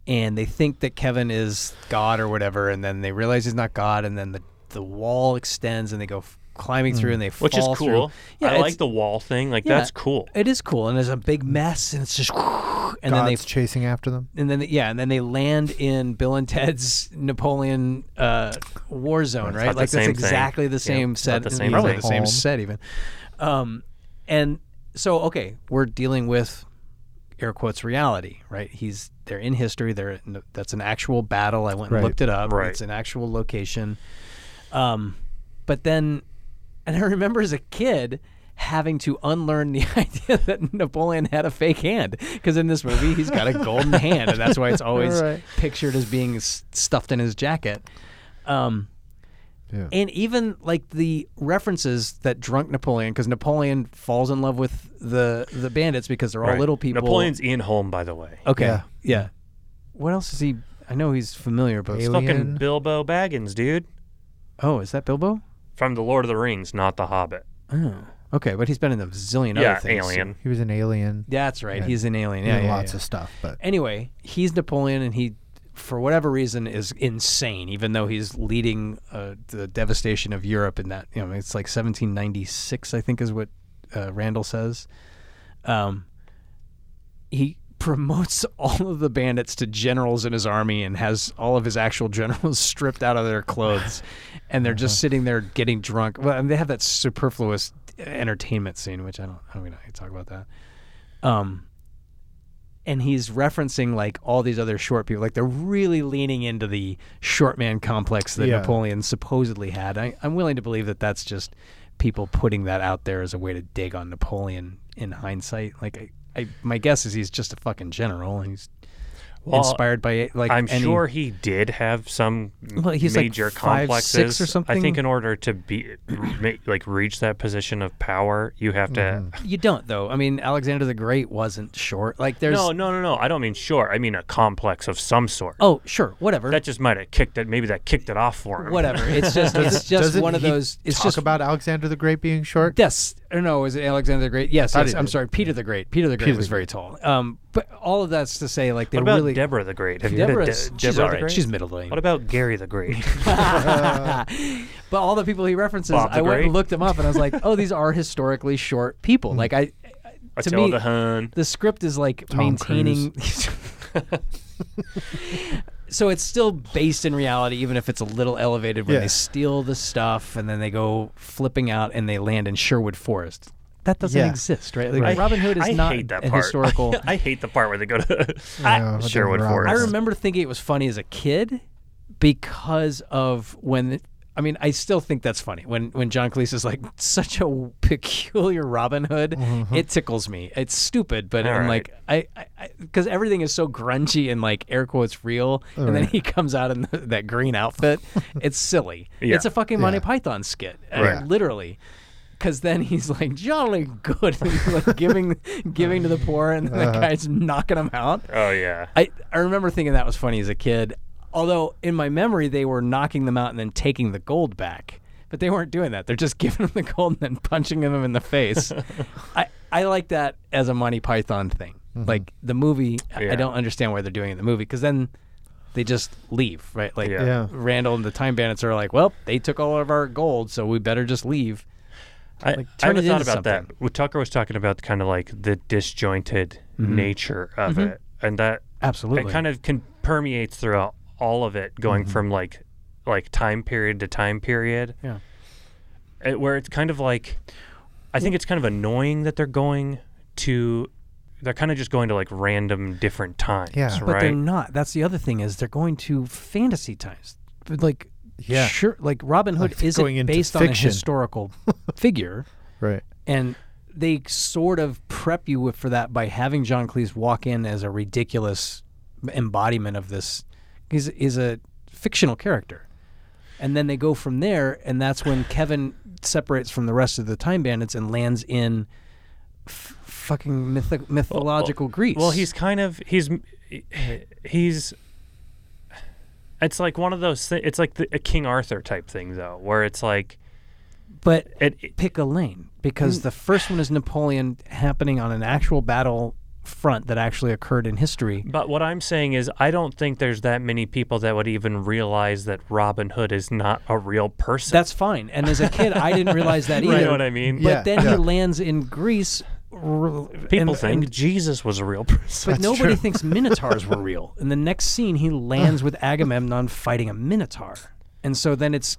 B: and they think that Kevin is God or whatever, and then they realize he's not God, and then the the wall extends, and they go f- climbing through, and they
A: Mm. Which
B: fall
A: is cool.
B: Through. Yeah,
A: I
B: it's-
A: like the wall thing. Like
B: yeah.
A: that's cool.
B: It is cool, and there's a big mess, and it's just, and then they
C: God's chasing after them.
B: and then yeah, and then they land in Bill and Ted's Napoleon uh, war zone, right?
A: not the
B: Like that's
A: same thing.
B: exactly the same set,
A: the same
B: probably
A: thing.
B: the same
C: Home.
B: set even. Um, and so okay, we're dealing with air quotes reality, right? He's they're in history. They're in, that's an actual battle. I went and
C: Right.
B: looked it up.
A: Right.
B: It's an actual location. Um, but then, and I remember as a kid having to unlearn the idea that Napoleon had a fake hand because in this movie he's got a golden hand, and that's why it's always
C: Right.
B: pictured as being s- stuffed in his jacket. Um,
C: Yeah.
B: and even like the references that drunk Napoleon, because Napoleon falls in love with the the bandits because they're all
A: Right.
B: little people.
A: Napoleon's Ian Holm, by the way.
B: Okay. Yeah.
C: Yeah.
B: What else is he? I know he's familiar, but
C: Alien.
A: Fucking Bilbo Baggins, dude.
B: oh, is that Bilbo?
A: From The Lord of the Rings, not The Hobbit.
B: Oh, okay. But he's been in a zillion
A: yeah,
B: other things.
A: Alien.
C: He was an alien.
B: That's right.
C: Yeah.
B: He's an alien.
C: He
B: Yeah,
C: did
B: yeah,
C: lots
B: yeah.
C: of stuff, but
B: Anyway, he's Napoleon, and he, for whatever reason, is insane. Even though he's leading uh, the devastation of Europe in that, you know, it's like 1796, I think, is what uh, Randall says. Um, he promotes all of the bandits to generals in his army and has all of his actual generals stripped out of their clothes, and they're
C: Uh-huh.
B: just sitting there getting drunk. Well, and they have that superfluous entertainment scene, which I don't. I'm gonna talk about that. Um, and he's referencing like all these other short people. Like they're really leaning into the short man complex that
C: Yeah.
B: Napoleon supposedly had. I, I'm willing to believe that that's just people putting that out there as a way to dig on Napoleon in hindsight. Like I, I my guess is he's just a fucking general and he's
A: Well,
B: inspired by it. Like
A: I'm
B: any-
A: sure he did have some m-
B: Well, he's like
A: major
B: five,
A: complexes.
B: six or
A: I
B: something.
A: think in order to be ma- like reach that position of power, you have to.
C: Mm-hmm.
B: you don't though. I mean, Alexander the Great wasn't short. Like there's
A: No, no, no, no. I don't mean sure. I mean a complex of some sort.
B: oh sure whatever
A: That just might have kicked it. Maybe that kicked it off for him.
B: whatever. It's just it's just
C: Doesn't
B: one of
C: he
B: those. It's
C: talk
B: just
C: about Alexander the Great being short.
B: Yes. Or no, is it Alexander the Great? Yes. yes
C: did
B: I'm
C: it.
B: sorry. Peter the Great. Peter the Great
C: Peter
B: was
C: the
B: very tall. Um, but all of that's to say, like, they
A: What about
B: really.
A: Deborah the Great? Have you heard of De-
B: Deborah's, she's
A: Deborah
B: all
A: the
B: right.
A: Great?
B: She's middle lane.
A: What about Gary the Great?
B: but all the people he references,
A: Bob the
B: I went and
A: Great? Hmm.
B: looked them up, and I was like, oh, these are historically short people. Like, I. I- To me,
A: Matilda Hun.
B: the script is like maintaining. so it's still based in reality, even if it's a little elevated when
C: Yeah.
B: they steal the stuff and then they go flipping out and they land in Sherwood Forest. That doesn't
C: Yeah.
B: exist, right? Like
C: Right.
B: Robin Hood is
A: I
B: not
A: hate that
B: a
A: part.
B: historical.
A: I hate the part where they go to
C: Yeah, with the
A: Sherwood
C: Robins.
A: Forest.
B: I remember thinking it was funny as a kid because of when. I mean, I still think that's funny when when John Cleese is like such a peculiar Robin Hood.
A: Mm-hmm.
B: It tickles me. It's stupid, but
A: All
B: I'm
A: right.
B: like I because everything is so grungy and like air quotes real, and then he comes out in that green outfit. it's silly.
A: Yeah.
B: It's a fucking Monty
C: Yeah.
B: Python skit, I
A: Right.
B: mean, literally. Because then he's like jolly good, like giving giving to the poor, and then
A: Uh-huh.
B: the guy's knocking him out.
A: Oh yeah.
B: I, I remember thinking that was funny as a kid. Although in my memory they were knocking them out and then taking the gold back, but they weren't doing that. They're just giving them the gold and then punching them in the face. I I like that as a Monty Python thing.
A: Mm-hmm.
B: Like the movie, I- I
A: Yeah.
B: don't understand why they're doing it in the movie because then they just leave, right? Like
A: Yeah.
C: Yeah.
B: Randall and the Time Bandits are like, well, they took all of our gold, so we better just leave.
A: I, I
B: turn
A: haven't
B: it
A: thought
B: into
A: about
B: something.
A: that. What Tucker was talking about kind of like the disjointed nature of
B: Mm-hmm.
A: it, and that
B: Absolutely.
A: it kind of can permeates throughout all of it, going from like like time period to time period,
B: yeah.
A: eh, where it's kind of like I think it's kind of annoying that they're going to they're kind of just going to like random different times,
C: Yeah.
A: right?
C: But
B: But they're not. That's the other thing is they're going to fantasy times. But, Like
C: Yeah.
B: sure like Robin Hood
C: Like,
B: isn't
C: going into
B: based on a
C: fiction.
B: historical figure
C: Right.
B: and they sort of prep you with- for that by having John Cleese walk in as a ridiculous embodiment of this he's is a fictional character. And then they go from there and that's when Kevin separates from the rest of the time bandits and lands in f- fucking mythic mythological Greece.
A: Well, he's kind of he's he's. It's like one of those. Thi- it's like the, a King Arthur type thing, though, where it's like
B: but
A: it. it- Mm.
B: pick a lane because the first one is Napoleon happening on an actual battle front that actually occurred in history.
A: but what I'm saying is, I don't think there's that many people that would even realize that Robin Hood is not a real person.
B: That's fine. And as a kid, I didn't realize that
A: you
B: either.
A: know what I mean.
B: But
C: Yeah,
B: then
C: yeah.
B: he lands in Greece. r-
A: people
B: and-
A: think
B: and-
A: Jesus was a real person.
B: but nobody thinks minotaurs were real. In the next scene, he lands with Agamemnon fighting a minotaur, and so then it's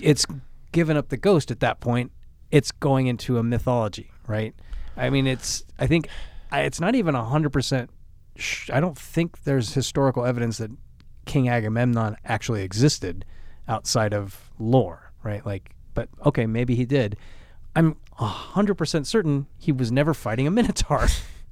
B: it's given up the ghost at that point. It's going into a mythology, right? I mean, it's I think I, it's not even hundred percent. I don't think there's historical evidence that King Agamemnon actually existed outside of lore, right? Like, but okay, maybe he did. I'm hundred percent certain he was never fighting a minotaur.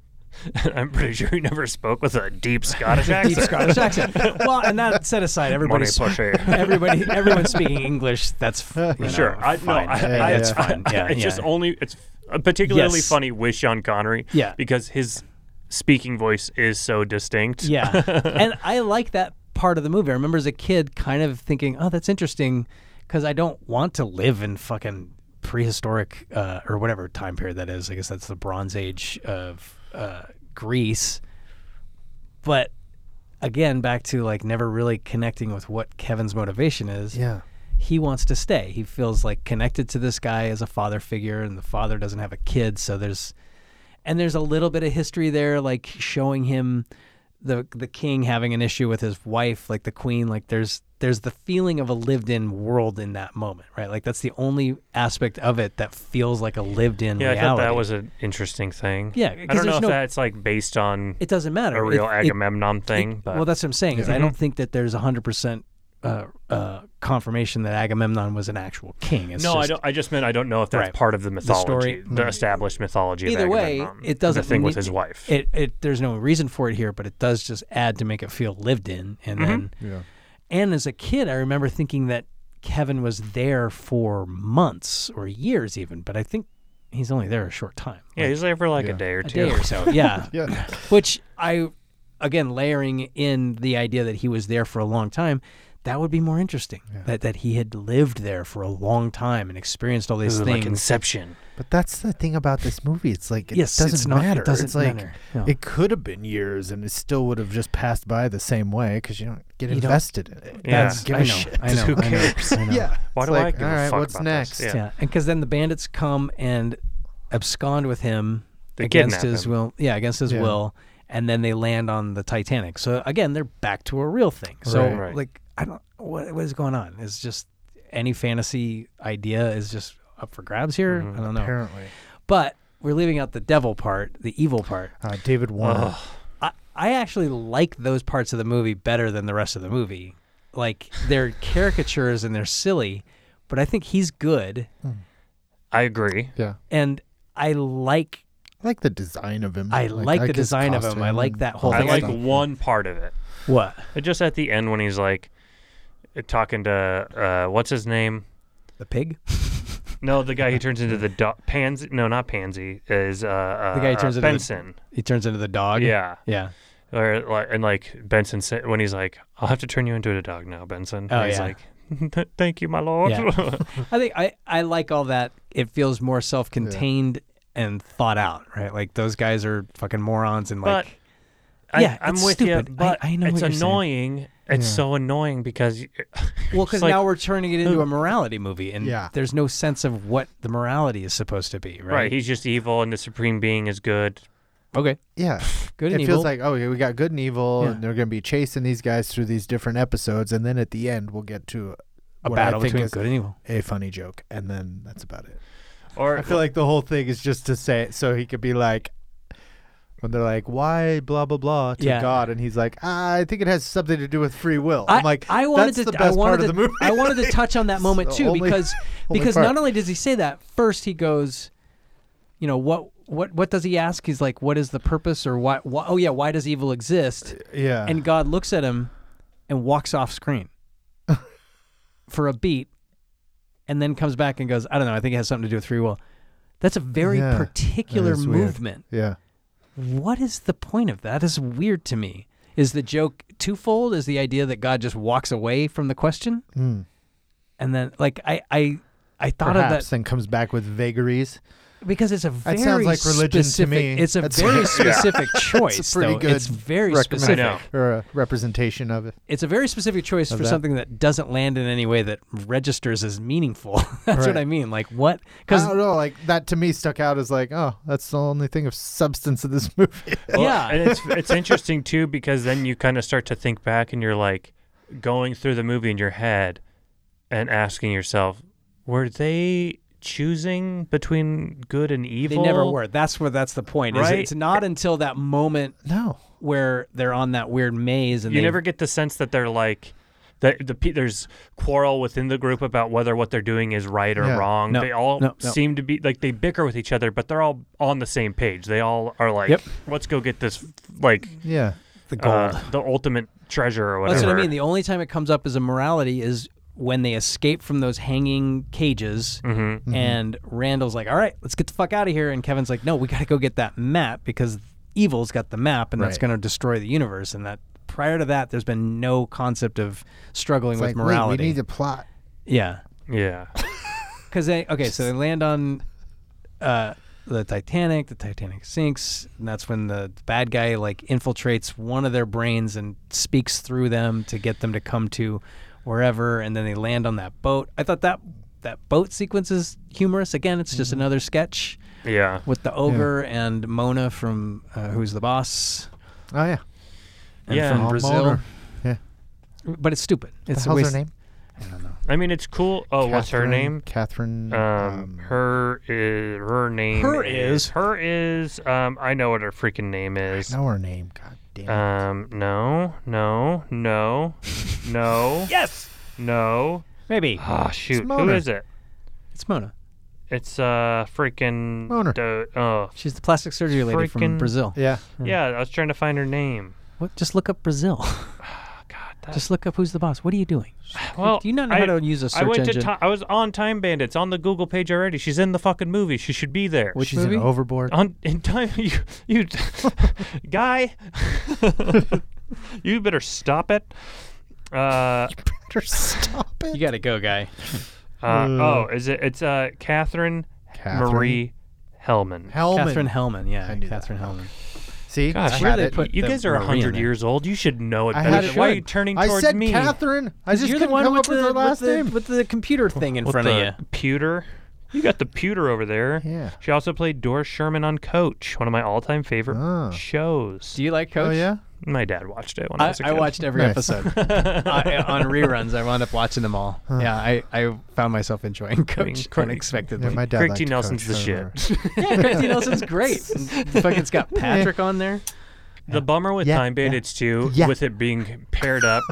A: I'm pretty sure he never spoke with a deep Scottish accent.
B: deep Scottish accent. Well, and that set aside,
A: Money
B: everybody's
A: pusher.
B: everybody, everyone's speaking English. That's f- you know,
A: Sure, I no,
B: uh, fine.
A: I,
C: Yeah,
A: I,
C: yeah.
A: it's
C: yeah.
A: fine.
B: Yeah,
A: it's
B: yeah.
A: just only it's uh, particularly
B: Yes.
A: funny with Sean Connery.
B: Yeah.
A: because his speaking voice is so distinct.
B: yeah, and I like that part of the movie. I remember as a kid, kind of thinking, "Oh, that's interesting," because I don't want to live in fucking prehistoric uh, or whatever time period that is. I guess that's the Bronze Age of uh, Greece, but. Again, back to like never really connecting with what Kevin's motivation is.
C: Yeah.
B: he wants to stay. He feels like connected to this guy as a father figure, and the father doesn't have a kid, so there's and there's a little bit of history there, like showing him the the king having an issue with his wife, like the queen. Like there's there's the feeling of a lived-in world in that moment, right? Like that's the only aspect of it that feels like a lived-in
A: Yeah, I
B: reality.
A: thought that was an interesting thing.
B: Yeah,
A: I don't
B: 'cause
A: know
B: there's
A: if
B: no-
A: that's like based on
B: it doesn't matter.
A: a real
B: It- it-
A: Agamemnon thing, but
B: well, that's what I'm saying. Is I don't think that there's 100% uh, uh, confirmation that Agamemnon was an actual king. It's
A: no, I
B: just-
A: don't. I just meant I don't know if that's
B: Right.
A: part of the mythology,
B: story-
A: the, established mythology.
B: Either
A: of
B: way,
A: Agamemnon,
B: it doesn't
A: The thing with
B: need-
A: his wife.
B: It, it there's no reason for it here, but it does just add to make it feel lived in. And
A: Mm-hmm.
B: then,
C: Yeah.
B: and as a kid, I remember thinking that Kevin was there for months or years, even. But I think he's only there a short time.
A: yeah, he's there for like
C: Yeah.
A: a day or
B: a
A: two.
B: day or so. Yeah.
C: Yeah.
B: Which I, again, layering in the idea that he was there for a long time, that would be more interesting. That that he had lived there for a long time and experienced all
A: This
B: these
A: is
B: things.
A: like Inception.
C: But that's the thing about this movie. It's like it
B: Yes,
C: doesn't
B: it's not- it
C: matter.
B: doesn't
C: it's like
B: matter. No.
C: it could have been years, and it still would have just passed by the same way because you don't get
B: You don't-
C: invested in it.
A: Yeah.
B: That's-
C: Give
B: I
C: a
B: know.
C: shit.
B: I know.
A: Who
B: I know,
A: cares?
B: I know.
C: Yeah.
A: Why
C: It's
A: do I
C: like,
A: give a
C: all right,
A: fuck
C: what's
A: about
C: next?
A: this? Yeah.
B: Yeah, and because then the bandits come and abscond with him
A: They
B: against
A: kidnap
B: his
A: him.
B: will. Yeah, against his
C: Yeah.
B: will, and then they land on the Titanic. So again, they're back to a real thing. So
C: Right.
A: Right.
B: like, I don't what what is going on. It's just any fantasy idea is just up for grabs here.
A: Mm-hmm.
B: I don't know,
C: Apparently,
B: but we're leaving out the devil part, the evil part.
C: uh, David Warner.
B: I, I actually like those parts of the movie better than the rest of the movie. Like they're caricatures and they're silly, but I think he's good
A: I agree.
C: Yeah.
B: and I like
C: I like the design of him.
B: I like the
C: his
B: design of him. I
C: costume
B: like
C: and
B: that
C: all
B: whole
A: I
C: that
B: thing. I
A: like
C: stuff.
A: one part of it.
B: what
A: But Just at the end when he's like uh, talking to uh, what's his name?
B: the pig,
A: No, the guy who turns into the do- pansy. No, not pansy. Is uh, uh
B: the guy who turns
A: uh,
B: into the-
A: Benson?
B: he turns into the dog.
A: Yeah.
B: yeah.
A: Or like and like Benson said when he's like, "I'll have to turn you into a dog now, Benson."
B: Oh,
A: and he's
B: yeah.
A: like, "Thank you, my lord."
B: Yeah. I think I I like all that. It feels more self-contained and thought out, right? Like those guys are fucking morons and
A: But
B: like Yeah,
A: I, I'm
B: it's
A: with you,
B: stupid. I-
A: but
B: I know
A: it's
B: what you're saying.
A: annoying. It's so annoying because y-
B: well,
A: it's
B: because
A: like-
B: now we're turning it into a morality movie, and
C: Yeah.
B: there's no sense of what the morality is supposed to be,
A: right,
B: right?
A: he's just evil, and the supreme being is good.
B: okay,
C: Yeah.
B: good
C: it
B: and
C: feels
B: evil.
C: like oh yeah, we got good and evil,
B: Yeah.
C: and they're gonna be chasing these guys through these different episodes, and then at the end we'll get to
B: a
C: what I
B: battle
C: think
B: between
C: is
B: good and evil.
C: a funny joke, and then that's about it.
A: Or
C: I feel like the whole thing is just to say it so he could be like, when they're like, why blah blah blah to
B: Yeah.
C: God, and he's like, ah, I think it has something to do with free will.
B: I,
C: am like,
B: I wanted
C: that's
B: to,
C: the
B: I
C: best
B: wanted
C: part
B: to,
C: of the movie.
B: I wanted to touch on that
C: It's
B: moment
C: the
B: too
C: only-
B: because
C: only
B: because
C: part.
B: not only does he say that first, he goes, you know what what what does he ask? He's like, what is the purpose or why? why oh yeah, why does evil exist?
C: yeah,
B: And God looks at him and walks off screen for a beat, and then comes back and goes, I don't know. I think it has something to do with free will. That's a very
C: Yeah, that
B: particular
C: is weird.
B: movement.
C: yeah,
B: What is the point of that? Is weird to me. Is the joke twofold? Is the idea that God just walks away from the question?
C: Mm.
B: and then like I I I thought
C: perhaps
B: of
C: then comes back with vagaries.
B: that because it's a very
C: That sounds like religion to
B: specific,
C: me.
B: It's a
C: That's-
B: very
C: Yeah.
B: specific choice.
C: It's a pretty
B: though.
C: good
B: It's very
C: recommend-
B: specific.
A: I know.
C: or a representation of it.
B: It's a very specific choice
C: Of
B: for
C: that.
B: something that doesn't land in any way that registers as meaningful. That's what
C: Right.
B: I mean. Like what?
C: Because I don't
B: Because
C: know, like that to me stuck out as like, oh, that's the only thing of substance in this movie.
A: Well,
B: Yeah.
A: and it's it's interesting too because then you kind of start to think back and you're like going through the movie in your head and asking yourself, were they choosing between good and
B: they
A: evil?
B: never were. That's where that's the point. Is
A: Right?
B: it's not until that moment
C: no,
B: where they're on that weird maze and
A: You
B: they
A: never get the sense that they're like that the pe- there's quarrel within the group about whether what they're doing is right or
C: Yeah.
A: wrong.
B: No,
A: They all
B: no, no.
A: seem to be like they bicker with each other, but they're all on the same page. They all are like,
B: Yep.
A: let's go get this like
C: yeah,
B: the gold.
A: uh, the ultimate treasure or whatever.
B: That's what I mean. The only time it comes up as a morality is when they escape from those hanging cages,
A: Mm-hmm.
C: Mm-hmm.
B: and Randall's like, "All right, let's get the fuck out of here," and Kevin's like, "No, we got to go get that map because evil's got the map, and that's
C: Right.
B: going to destroy the universe." And that prior to that, there's been no concept of struggling with
C: like wait,
B: morality.
C: we need a plot.
B: yeah,
A: yeah.
B: because they okay, so they land on uh, the Titanic. The Titanic sinks, and that's when the bad guy like infiltrates one of their brains and speaks through them to get them to come to wherever. And then they land on that boat. I thought that that boat sequence is humorous. Again, it's
C: Mm-hmm.
B: just another sketch
A: Yeah.
B: with the ogre and Mona from uh, Who's the Boss
C: Oh yeah,
B: and
A: Yeah.
B: from
A: Oh,
B: Brazil.
C: Mona. Yeah.
B: but it's stupid. It's
C: What's
B: a
C: her
B: waste-
C: name? I don't know.
A: I mean, it's cool. Oh, what's her
C: Catherine-
A: name?
C: Catherine.
A: Um, her is her name.
B: Her is-
A: her is. Um, I know what her freaking name is.
C: Know her name. God damn. it.
A: Um, no, no, no, no,
B: Yes,
A: no.
B: maybe
A: Ah, shoot, who
C: Mona.
A: is it?
B: it's Mona.
A: It's uh freaking.
C: Mona.
A: do- oh,
B: She's the plastic surgery lady from
A: Freaking-
B: Brazil.
C: yeah.
A: yeah. I was trying to find her name.
B: What? Just look up Brazil.
A: Oh, God, that,
B: Just look up who's the boss. What are you doing?
A: well,
B: Do you not know
A: I,
B: how to use a search
A: I went
B: engine?
A: to. Ti- I was on Time Bandits on the Google page already. She's in the fucking movie. She should be there.
B: Which
C: She's
B: movie?
C: in Overboard.
A: on in time you you guy you better stop it uh,
C: Better stop it.
B: you gotta go, guy.
A: uh oh is it it's uh catherine,
C: Hmm. Catherine
A: marie hellman
C: Hellman.
B: Catherine Hellman. Yeah,
C: I knew
B: Catherine Hellman.
C: See,
A: Gosh,
C: I
A: where
C: had
B: they
C: it.
B: put-
A: you
B: the
A: guys are
B: Marie in
A: 100
B: there.
A: years old you should know it
C: I
A: better
C: had it.
A: why are you
C: Should.
A: turning
C: I
A: towards
C: said
A: me
C: Catherine. I just
B: You're the
C: couldn't
B: one
C: come
B: with
C: up with
B: the,
C: her last
B: with, the,
C: name.
B: with the uh, computer thing in
A: With
B: front
A: the
B: of you.
A: pewter you got the pewter over there
C: Yeah.
A: she also played doris sherman on coach one of my all-time favorite
C: Ah.
A: shows
B: Do you like Coach?
C: Oh yeah.
A: my dad watched it when i,
B: I,
A: was a
B: I
A: kid
B: watched every
C: Nice.
B: episode I, on reruns. I wound up watching them all. Yeah, I, I found myself enjoying Coach
A: cra-
B: unexpectedly.
C: Yeah, my dad.
A: Craig
C: liked
A: T. Nelson's
C: Coach,
A: the
C: I
A: shit.
C: remember.
B: Yeah, Christy Nelson's great. And fucking, it's got Patrick on there.
A: The bummer with
C: Yeah,
A: Time
C: yeah,
A: Bandits 2,
C: yeah.
A: with it being paired up,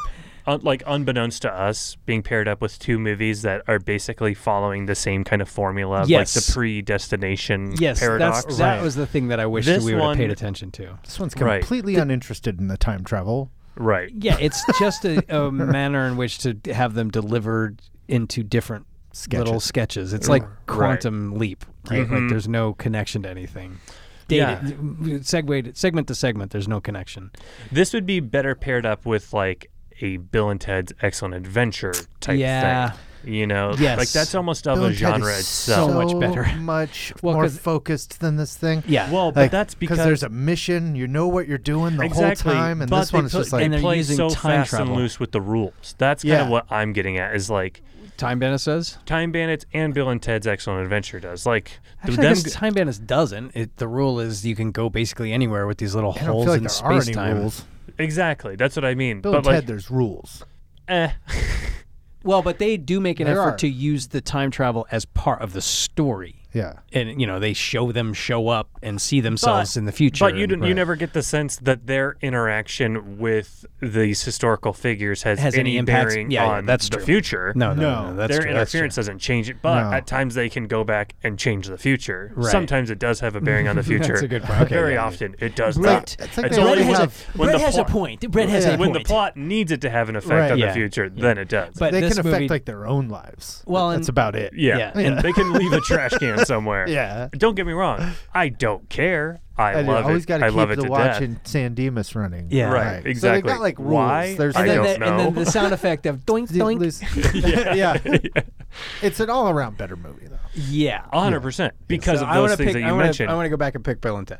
A: un- like unbeknownst to us, being paired up with two movies that are basically following the same kind of formula, of, like
B: Yes.
A: the predestination
B: Yes,
A: paradox.
B: that's, that was the thing that I wish that
A: This
B: we would have
A: one-
B: paid attention to.
C: This one's
A: Right.
C: completely uninterested in the time travel.
A: right.
B: Yeah, it's just a, a manner in which to have them delivered into different little
C: Sketches.
B: sketches. It's like quantum leap. Right? Like there's no connection to anything. Data,
A: Yeah.
B: segued, segment to segment, there's no connection.
A: This would be better paired up with like a Bill and Ted's Excellent Adventure type
B: Yeah.
A: thing. You know,
B: Yes.
A: like that's almost of
C: Bill
A: a
C: and Ted
A: genre
C: is
A: itself.
B: so much better.
C: much
B: Well,
C: more
B: 'cause-
C: focused than this thing.
B: Yeah.
A: well, but
C: Like,
A: that's because
C: there's a mission. You know what you're doing the
A: exactly.
C: whole time, and
A: but
C: this
A: they
C: one is
A: put-
C: just
A: they
C: like
B: And they're
A: play
B: using
A: so
B: time
A: fast
B: travel.
A: and loose with the rules. That's kind
C: Yeah.
A: of what I'm getting at. Is like
B: Time Bandits does.
A: Time Bandits and Bill and Ted's Excellent Adventure does. Like th-
B: Actually, I
A: them
B: guess
A: g-
B: Time Bandits doesn't. It, the rule is you can go basically anywhere with these little
C: I don't
B: holes
C: feel like
B: in
C: there are
B: space
C: any
B: time.
C: rules.
A: exactly. That's what I mean.
C: Bill
A: but
C: and
A: like,
C: Ted, there's rules.
A: eh.
B: Well, but they do make an
C: There
B: effort
C: are.
B: to use the time travel as part of the story.
C: Yeah.
B: And you know they show them show up and see themselves in the future.
A: but you
B: and-
A: didn't, you never get the sense that their interaction with these historical figures has,
B: Has any impact-
A: bearing
B: yeah, yeah,
A: on
B: that's
A: the
B: true.
A: future.
B: No, no, no,
C: No.
B: no, that's
A: their
B: true, that's true.
A: interference doesn't change it, but
C: No.
A: at times they can go back and change the future.
B: Right.
A: Sometimes it does have a bearing on the future.
B: a good point. Okay,
A: Very
B: yeah, yeah.
A: often it does
C: Brett-
A: not.
C: it's like
A: It's
C: they
A: only
C: already
A: when-
C: have-
A: when the plot-
B: point. Brett has
C: Yeah.
A: When the plot needs it to have an effect
C: Right.
A: on
B: Yeah.
A: the future, then it does.
B: But
C: they
B: this
C: can affect
B: movie-
C: like their own lives.
B: Well,
C: that's
B: and-
C: about it.
A: Yeah.
B: Yeah.
A: And they can leave a trash can somewhere.
C: Yeah.
A: Don't get me wrong. I don't care. I,
C: I do.
A: love
C: always
A: it.
C: gotta
A: I
C: keep
A: love it
C: the
A: to
C: watch
A: death.
C: and San Dimas running.
B: Yeah.
A: Right,
B: Right.
A: exactly.
C: So they got like rules.
A: Why?
C: There's
A: I
B: and, then
A: don't
B: the, and then
A: know.
B: the sound effect of doink
C: Did
B: doink.
C: lose-
A: Yeah.
C: yeah. It's an all around better movie though.
B: Yeah.
A: A hundred percent because
B: So
A: of
B: I wanna
A: those things
B: pick-
A: that
B: I
A: you
B: wanna-
A: mentioned.
B: I want to go back and pick Bill and Ted.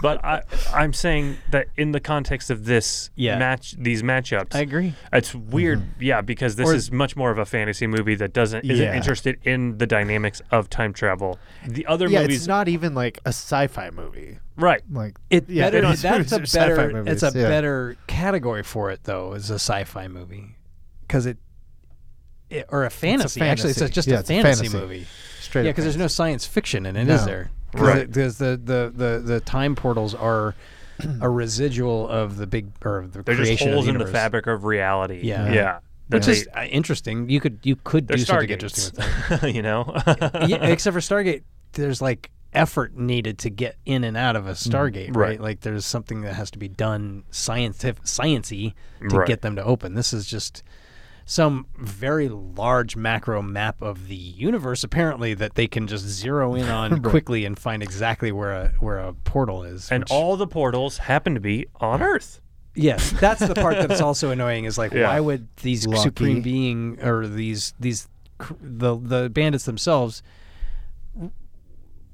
A: But I, I'm saying that in the context of this
B: Yeah.
A: match, these matchups,
B: agree.
A: it's weird.
B: Mm-hmm.
A: Yeah, because this
B: Or-
A: is much more of a fantasy movie that doesn't isn't
C: Yeah.
A: interested in the dynamics of time travel. The other
C: Yeah,
A: movies,
C: it's not even like a sci-fi movie.
A: right?
C: Like
B: It
C: yeah,
B: better,
C: these
B: that's a
C: movies are sci-fi
B: better
C: movies,
B: it's a
C: yeah.
B: better category for it though is a sci-fi movie because it, it- or a fantasy. actually it's
C: fantasy.
B: just
C: Yeah,
B: a,
C: it's a
B: fantasy
C: fantasy.
B: movie
C: straight.
B: yeah
C: up
B: because there's no science fiction in it is
C: No.
B: there 'Cause
A: Right.
B: it- because the, the the the time portals are a residual of the big or of the
A: They're just
B: creation of
A: holes in the
B: universe.
A: fabric of reality.
B: Yeah.
A: yeah.
B: which
A: That
B: is uh, interesting you could you could
A: they,
B: do
A: they're
B: something interesting with that
A: stargates. you know,
B: yeah, except for Stargate, there's like effort needed to get in and out of a Stargate, right?
A: Mm, Right.
B: Like there's something that has to be done scientific, sciency to
A: Right.
B: get them to open. This is just some very large macro map of the universe, apparently that they can just zero in on quickly and find exactly where a where a portal is.
A: and
B: which-
A: all the portals happen to be on Earth.
B: Yes, that's the part that's also annoying. Is like,
A: Yeah.
B: why would these
C: Lucky.
B: supreme being or these these cr- the the bandits themselves?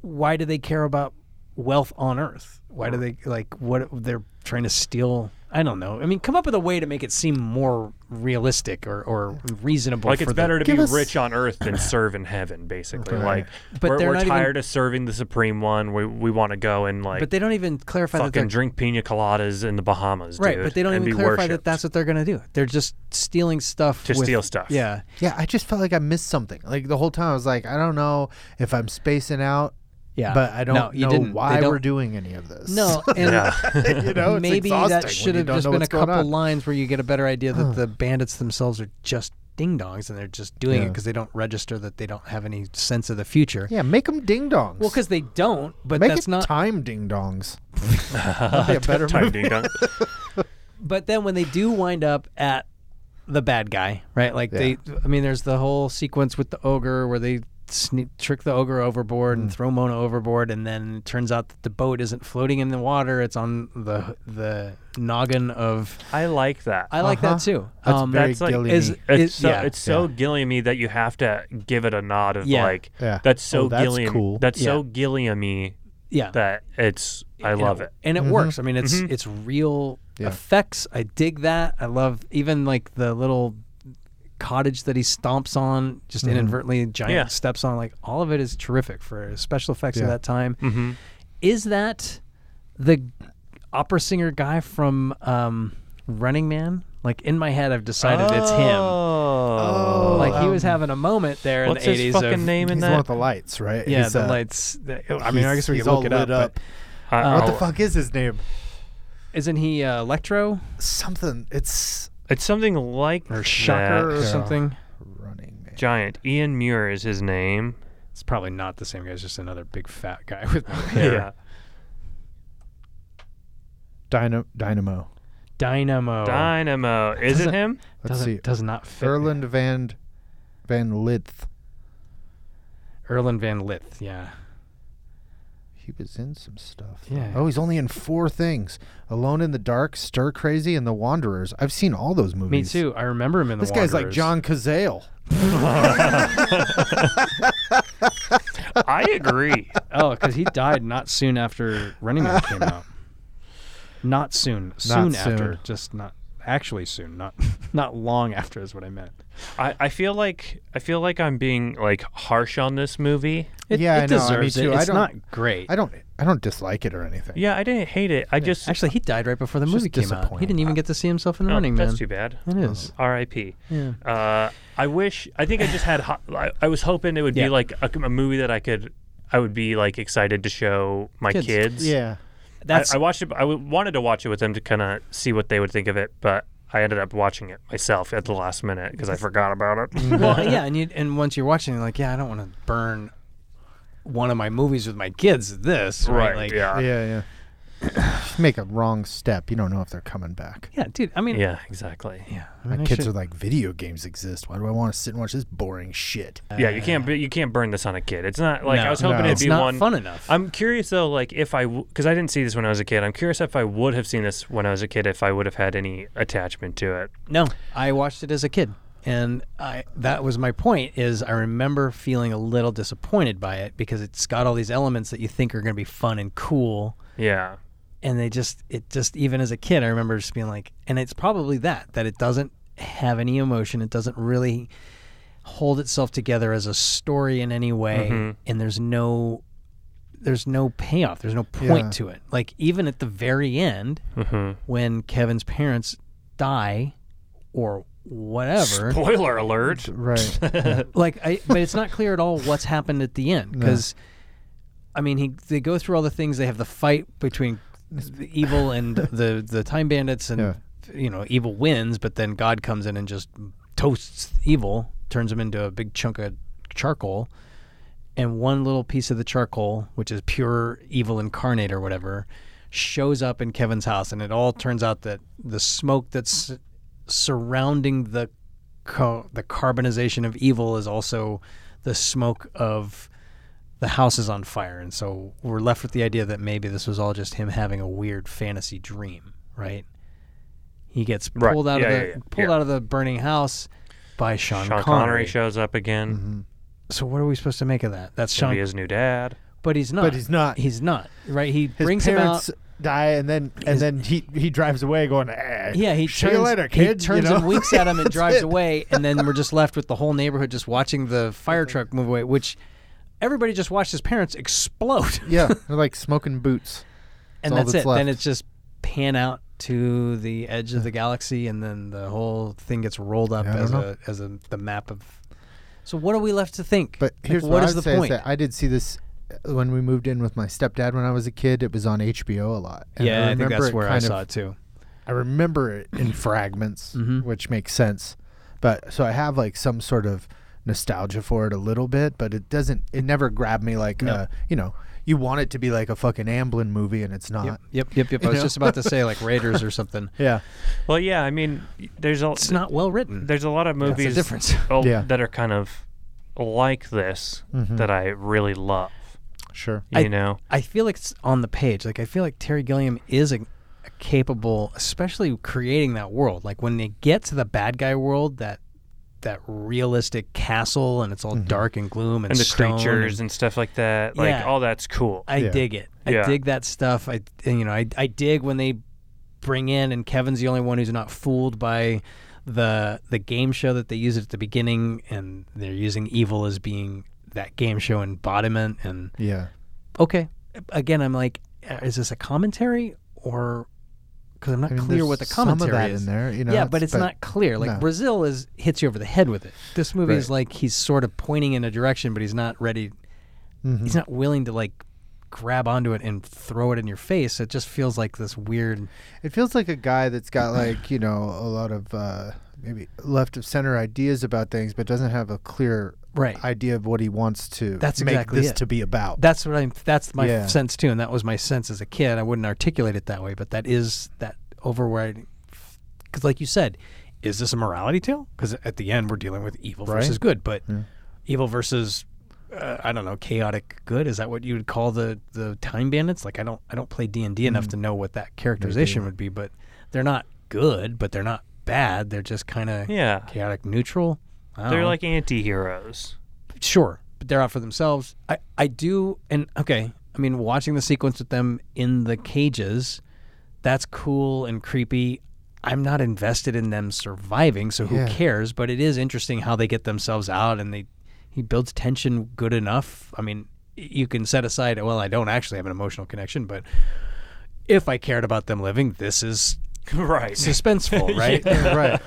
B: Why do they care about wealth on Earth? Why do they like what they're trying to steal? I don't know. I mean, come up with a way to make it seem more realistic or, or reasonable.
A: Like
B: for
A: it's
B: the-
A: better to be
C: Give us-
A: rich on earth than serve in heaven, basically.
C: Right.
A: Like
B: But
A: we're,
B: they're
A: we're
B: not even-
A: tired of serving the supreme one. We we want to go and like
B: but they don't even clarify that
A: fucking
B: they're
A: drink pina coladas in the Bahamas,
B: right.
A: dude,
B: But they don't
A: and
B: even
A: be
B: clarify that
A: worshipped.
B: that's what they're gonna do. They're just stealing stuff.
A: To
B: with-
A: steal stuff.
B: Yeah.
C: Yeah, I just felt like I missed something. Like the whole time, I was like, I don't know if I'm spacing out,
B: Yeah.
C: but I don't
B: No, you
C: know
B: didn't. They
C: why
B: don't-
C: we're doing any of this.
B: No, and
A: Yeah.
C: you know, it's
B: maybe
C: exhausting
B: that
C: when
B: should
C: you
B: have
C: don't
B: just
C: know
B: been a
C: what's going
B: couple
C: on.
B: lines where you get a better idea that the bandits themselves are just ding dongs and they're just doing it
C: Yeah.
B: because they don't register that they don't have any sense of the future.
C: Yeah, make them ding dongs.
B: Well, because they don't, but
C: make
B: that's
C: it
B: not.
C: time ding dongs. That'd be a better
A: Time
C: movie.
A: ding dong.
B: but then when they do wind up at the bad guy, right? Like they, I mean, there's the whole sequence with the ogre where they sneak, trick the ogre overboard
C: Hmm.
B: and throw Mona overboard, and then it turns out that the boat isn't floating in the water; it's on the the noggin of. Uh-huh.
A: I like that.
B: I like that too.
C: That's very
A: that's like-
C: Gilliam-y.
B: Um, is-
A: it's
B: It-
A: so
B: yeah,
A: it's so Gilliamy that you have to give it a nod of
B: Yeah.
A: like
C: Yeah.
A: that's so
C: Oh, that's
A: Gilliam
C: cool.
A: that's so
B: Yeah.
A: Gilliamy
B: yeah,
A: that it's I
B: and
A: love it.
B: and it works. I mean, it's
A: Mm-hmm.
B: it's real
C: Yeah.
B: effects. I dig that. I love even like the little cottage that he stomps on, just inadvertently giant
A: Yeah.
B: steps on. Like all of it is terrific for special effects of
C: Yeah.
B: that time.
A: hmm
B: Is that the opera singer guy from um, Running Man? Like in my head, I've decided it's him.
A: Oh,
B: Like he
C: um,
B: was having a moment there in
A: what's
B: the
A: his
B: eighties.
A: fucking
B: of,
A: name in
C: He's the one with
A: that?
C: the lights, right?
B: Yeah,
C: He's,
B: the
C: uh,
B: lights. I mean, I
C: he's-
B: guess we
C: he's
B: can look
C: all
B: it
C: lit
B: up. but Oh.
A: I-
C: What the
A: I'll-
C: fuck is his name?
B: Isn't he uh, Electro
C: Something. It's
A: It's something like
B: or
A: that.
B: Shocker or
C: Yeah.
B: something?
C: running man.
A: Giant Ian Muir is his name.
B: It's probably not the same guy. It's just another big fat guy with no hair.
A: Yeah,
C: Dyna- Dynamo.
B: Dynamo.
A: Dynamo. Is it
B: Doesn't-
A: him?
C: Let's
B: Doesn't,
C: see.
B: Does not fit.
C: Erland van van Lith.
B: Erlen Van Lith. Yeah.
C: He was in some stuff.
B: Yeah.
C: Oh, he's only in four things: Alone in the Dark, Stir Crazy, and The Wanderers. I've seen all those
B: Me
C: movies.
B: too. I remember him in the
C: This guy's like
B: Wanderers.
C: John Cazale.
A: I agree.
B: Oh, because he died not soon after Running Man came out. Not soon. Soon after.
C: soon.
B: Just not. Actually, soon. Not. Not long after is what I meant.
A: I, I feel like I feel like I'm being like harsh on this movie.
B: It,
C: Yeah,
B: it
C: I know. I- me
B: deserves
C: too.
B: it.
C: I
B: It's
C: don't-
B: not great.
C: I don't. I don't dislike it or anything.
A: Yeah, I didn't hate it. I just
B: Actually, he died right before the
C: just
B: movie came out. He
C: disappointing.
B: didn't even get to see himself in the
A: Oh,
B: Running Man.
A: That's too bad.
B: It is.
A: R.I.P.
B: Yeah.
A: Uh, I wish. I think I just had. Hot, I, I was hoping it would
B: Yeah.
A: be like a, a movie that I could. I would be like excited to show my
B: Kids.
A: kids.
C: Yeah.
A: I,
B: That's
A: I watched it. I w- wanted to watch it with them to kind of see what they would think of it, but I ended up watching it myself at the last minute because I forgot about it.
B: well, yeah, and you, and once you're watching, you're like, yeah, I don't want to burn one of my movies with my kids. This right, like,
A: yeah. yeah.
C: Yeah. Yeah. Just make a wrong step. You don't know if they're coming back.
B: yeah, dude. I mean,
A: Exactly.
B: yeah, I
C: My
B: mean, I
C: kids
B: should-
C: are like, video games exist. Why do I want to sit and watch this boring shit?
A: yeah. You can't. bu- You can't burn this on a kid. It's not like
B: No.
A: I was hoping
C: No.
A: it'd
B: it's
A: be
B: not
A: one.
B: fun enough.
A: I'm curious though, like if I, because I didn't see this when I was a kid. I'm curious if I would have seen this when I was a kid, if I would have had any attachment to it.
B: no, I watched it as a kid, and I that was my point. Is I remember feeling a little disappointed by it because it's got all these elements that you think are going to be fun and cool,
A: Yeah.
B: and they just it just even as a kid i remember just being like and it's probably that that it doesn't have any emotion it doesn't really hold itself together as a story in any way and there's no there's no payoff there's no point
C: Yeah.
B: to it like even at the very end
A: hmm
B: when kevin's parents die or whatever
A: Spoiler alert.
C: Right.
B: like I, but it's not clear at all what's happened at the end because I mean he they go through all the things they have the fight between the evil and the the time bandits and
C: Yeah.
B: you know evil wins but then God comes in and just toasts evil turns him into a big chunk of charcoal and one little piece of the charcoal which is pure evil incarnate or whatever shows up in Kevin's house and it all turns out that the smoke that's surrounding the co- the carbonization of evil is also the smoke of the house is on fire and so we're left with the idea that maybe this was all just him having a weird fantasy dream right he gets
A: Right.
B: pulled out
A: Yeah,
B: of the
A: yeah, yeah.
B: pulled
A: Yeah.
B: out of the burning house by Sean,
A: Sean Connery. shows up again.
B: so what are we supposed to make of that that's
A: Sean...
B: Mm-hmm. Sean
A: his new dad.
B: but he's not
C: But he's not.
B: he's not right he
C: His
B: brings him out
C: parents die, and then and then he he drives away going. Eh,
B: Yeah, he
C: see you
B: turns,
C: later,
B: he
C: kid," you
B: turns
C: know?
B: and winks at him and
C: That's
B: drives
C: it.
B: away, and then we're just left with the whole neighborhood just watching the fire truck move away, which everybody just watched his parents explode,
C: Yeah, they're like smoking boots.
B: and
C: all
B: that's,
C: that's
B: it. Then
C: left.
B: it's just pan out to the edge of the galaxy, and then the whole thing gets rolled up
C: Yeah, I don't
B: as
C: know.
B: a as a the map of. So what are we left to think?
C: But
B: Like,
C: here's
B: what
C: I
B: is
C: would
B: the
C: say
B: point?
C: Is that I did see this uh, when we moved in with my stepdad when I was a kid. It was on HBO a lot. And
B: yeah, I, think
C: remember
B: that's
C: it
B: where I
C: kind
B: saw
C: of-
B: it too.
C: I remember it in fragments,
B: Mhm.
C: which makes sense. But so I have like some sort of nostalgia for it a little bit, but it doesn't. It never grabbed me like
B: No.
C: uh, you know. You want it to be like a fucking Amblin movie, and it's not.
B: Yep, yep, yep. yep. I was
C: know?
B: just about to say like Raiders or something.
C: Yeah,
A: Well, yeah, I mean, there's a
B: It's not well written.
A: there's a lot of
B: That's the
A: movies
B: difference.
A: oh,
C: Yeah.
A: that are kind of like this
C: Mhm.
A: that I really love.
C: sure.
B: Mm-hmm. I-
A: You know,
B: I feel like it's on the page. Like I feel like Terry Gilliam is a, a capable, especially creating that world. Like when they get to the bad guy world, that that realistic castle, and it's all dark and gloom, and,
A: and the
B: stone
A: creatures
B: and-
A: and stuff like that. Like
B: Yeah.
A: all that's cool.
B: I
C: Yeah.
B: dig it. I
A: Yeah.
B: dig that stuff. I and, you know I I dig when they bring in and Kevin's the only one who's not fooled by the the game show that they use at the beginning, and they're using evil as being that game show embodiment and
C: Yeah,
B: okay. Again, I'm like, uh, is this a commentary or because I'm not
C: I mean,
B: clear
C: there's
B: what the
C: some of
B: commentary
C: that
B: is.
C: in there. You know,
B: yeah, but it's not clear. Like
C: no.
B: Brazil is hits you over the head with it. This movie is like he's sort of pointing in a direction, but he's not ready.
C: Mhm.
B: He's not willing to like grab onto it and throw it in your face. It just feels like this weird.
C: It feels like a guy that's got like you know a lot of uh, maybe left of center ideas about things, but doesn't have a clear
B: Right.
C: idea of what he wants to
B: That's
C: make
B: exactly
C: this
B: it.
C: to be about.
B: That's what I'm. That's my
C: Yeah.
B: sense too, and that was my sense as a kid. I wouldn't articulate it that way, but that is that overriding. Because, like you said, is this a morality tale? Because at the end, we're dealing with evil
C: Right.
B: versus good, but
C: Yeah.
B: evil versus uh, I don't know, chaotic good. Is that what you would call the the time bandits? Like I don't I don't play D and D
C: Mm-hmm.
B: enough to know what that characterization would be, but they're not good, but they're not bad. They're just kind of
A: yeah,
B: chaotic neutral. I don't
A: they're
B: know
A: like anti-heroes.
B: sure, but they're out for themselves. I, I do, and okay, I mean, watching the sequence with them in the cages, that's cool and creepy. I'm not invested in them surviving, so who
C: Yeah.
B: cares? But it is interesting how they get themselves out, and they he builds tension good enough. I mean, y- you can set aside. Well, I don't actually have an emotional connection, but if I cared about them living, this is
A: right.
B: suspenseful, right?
C: right,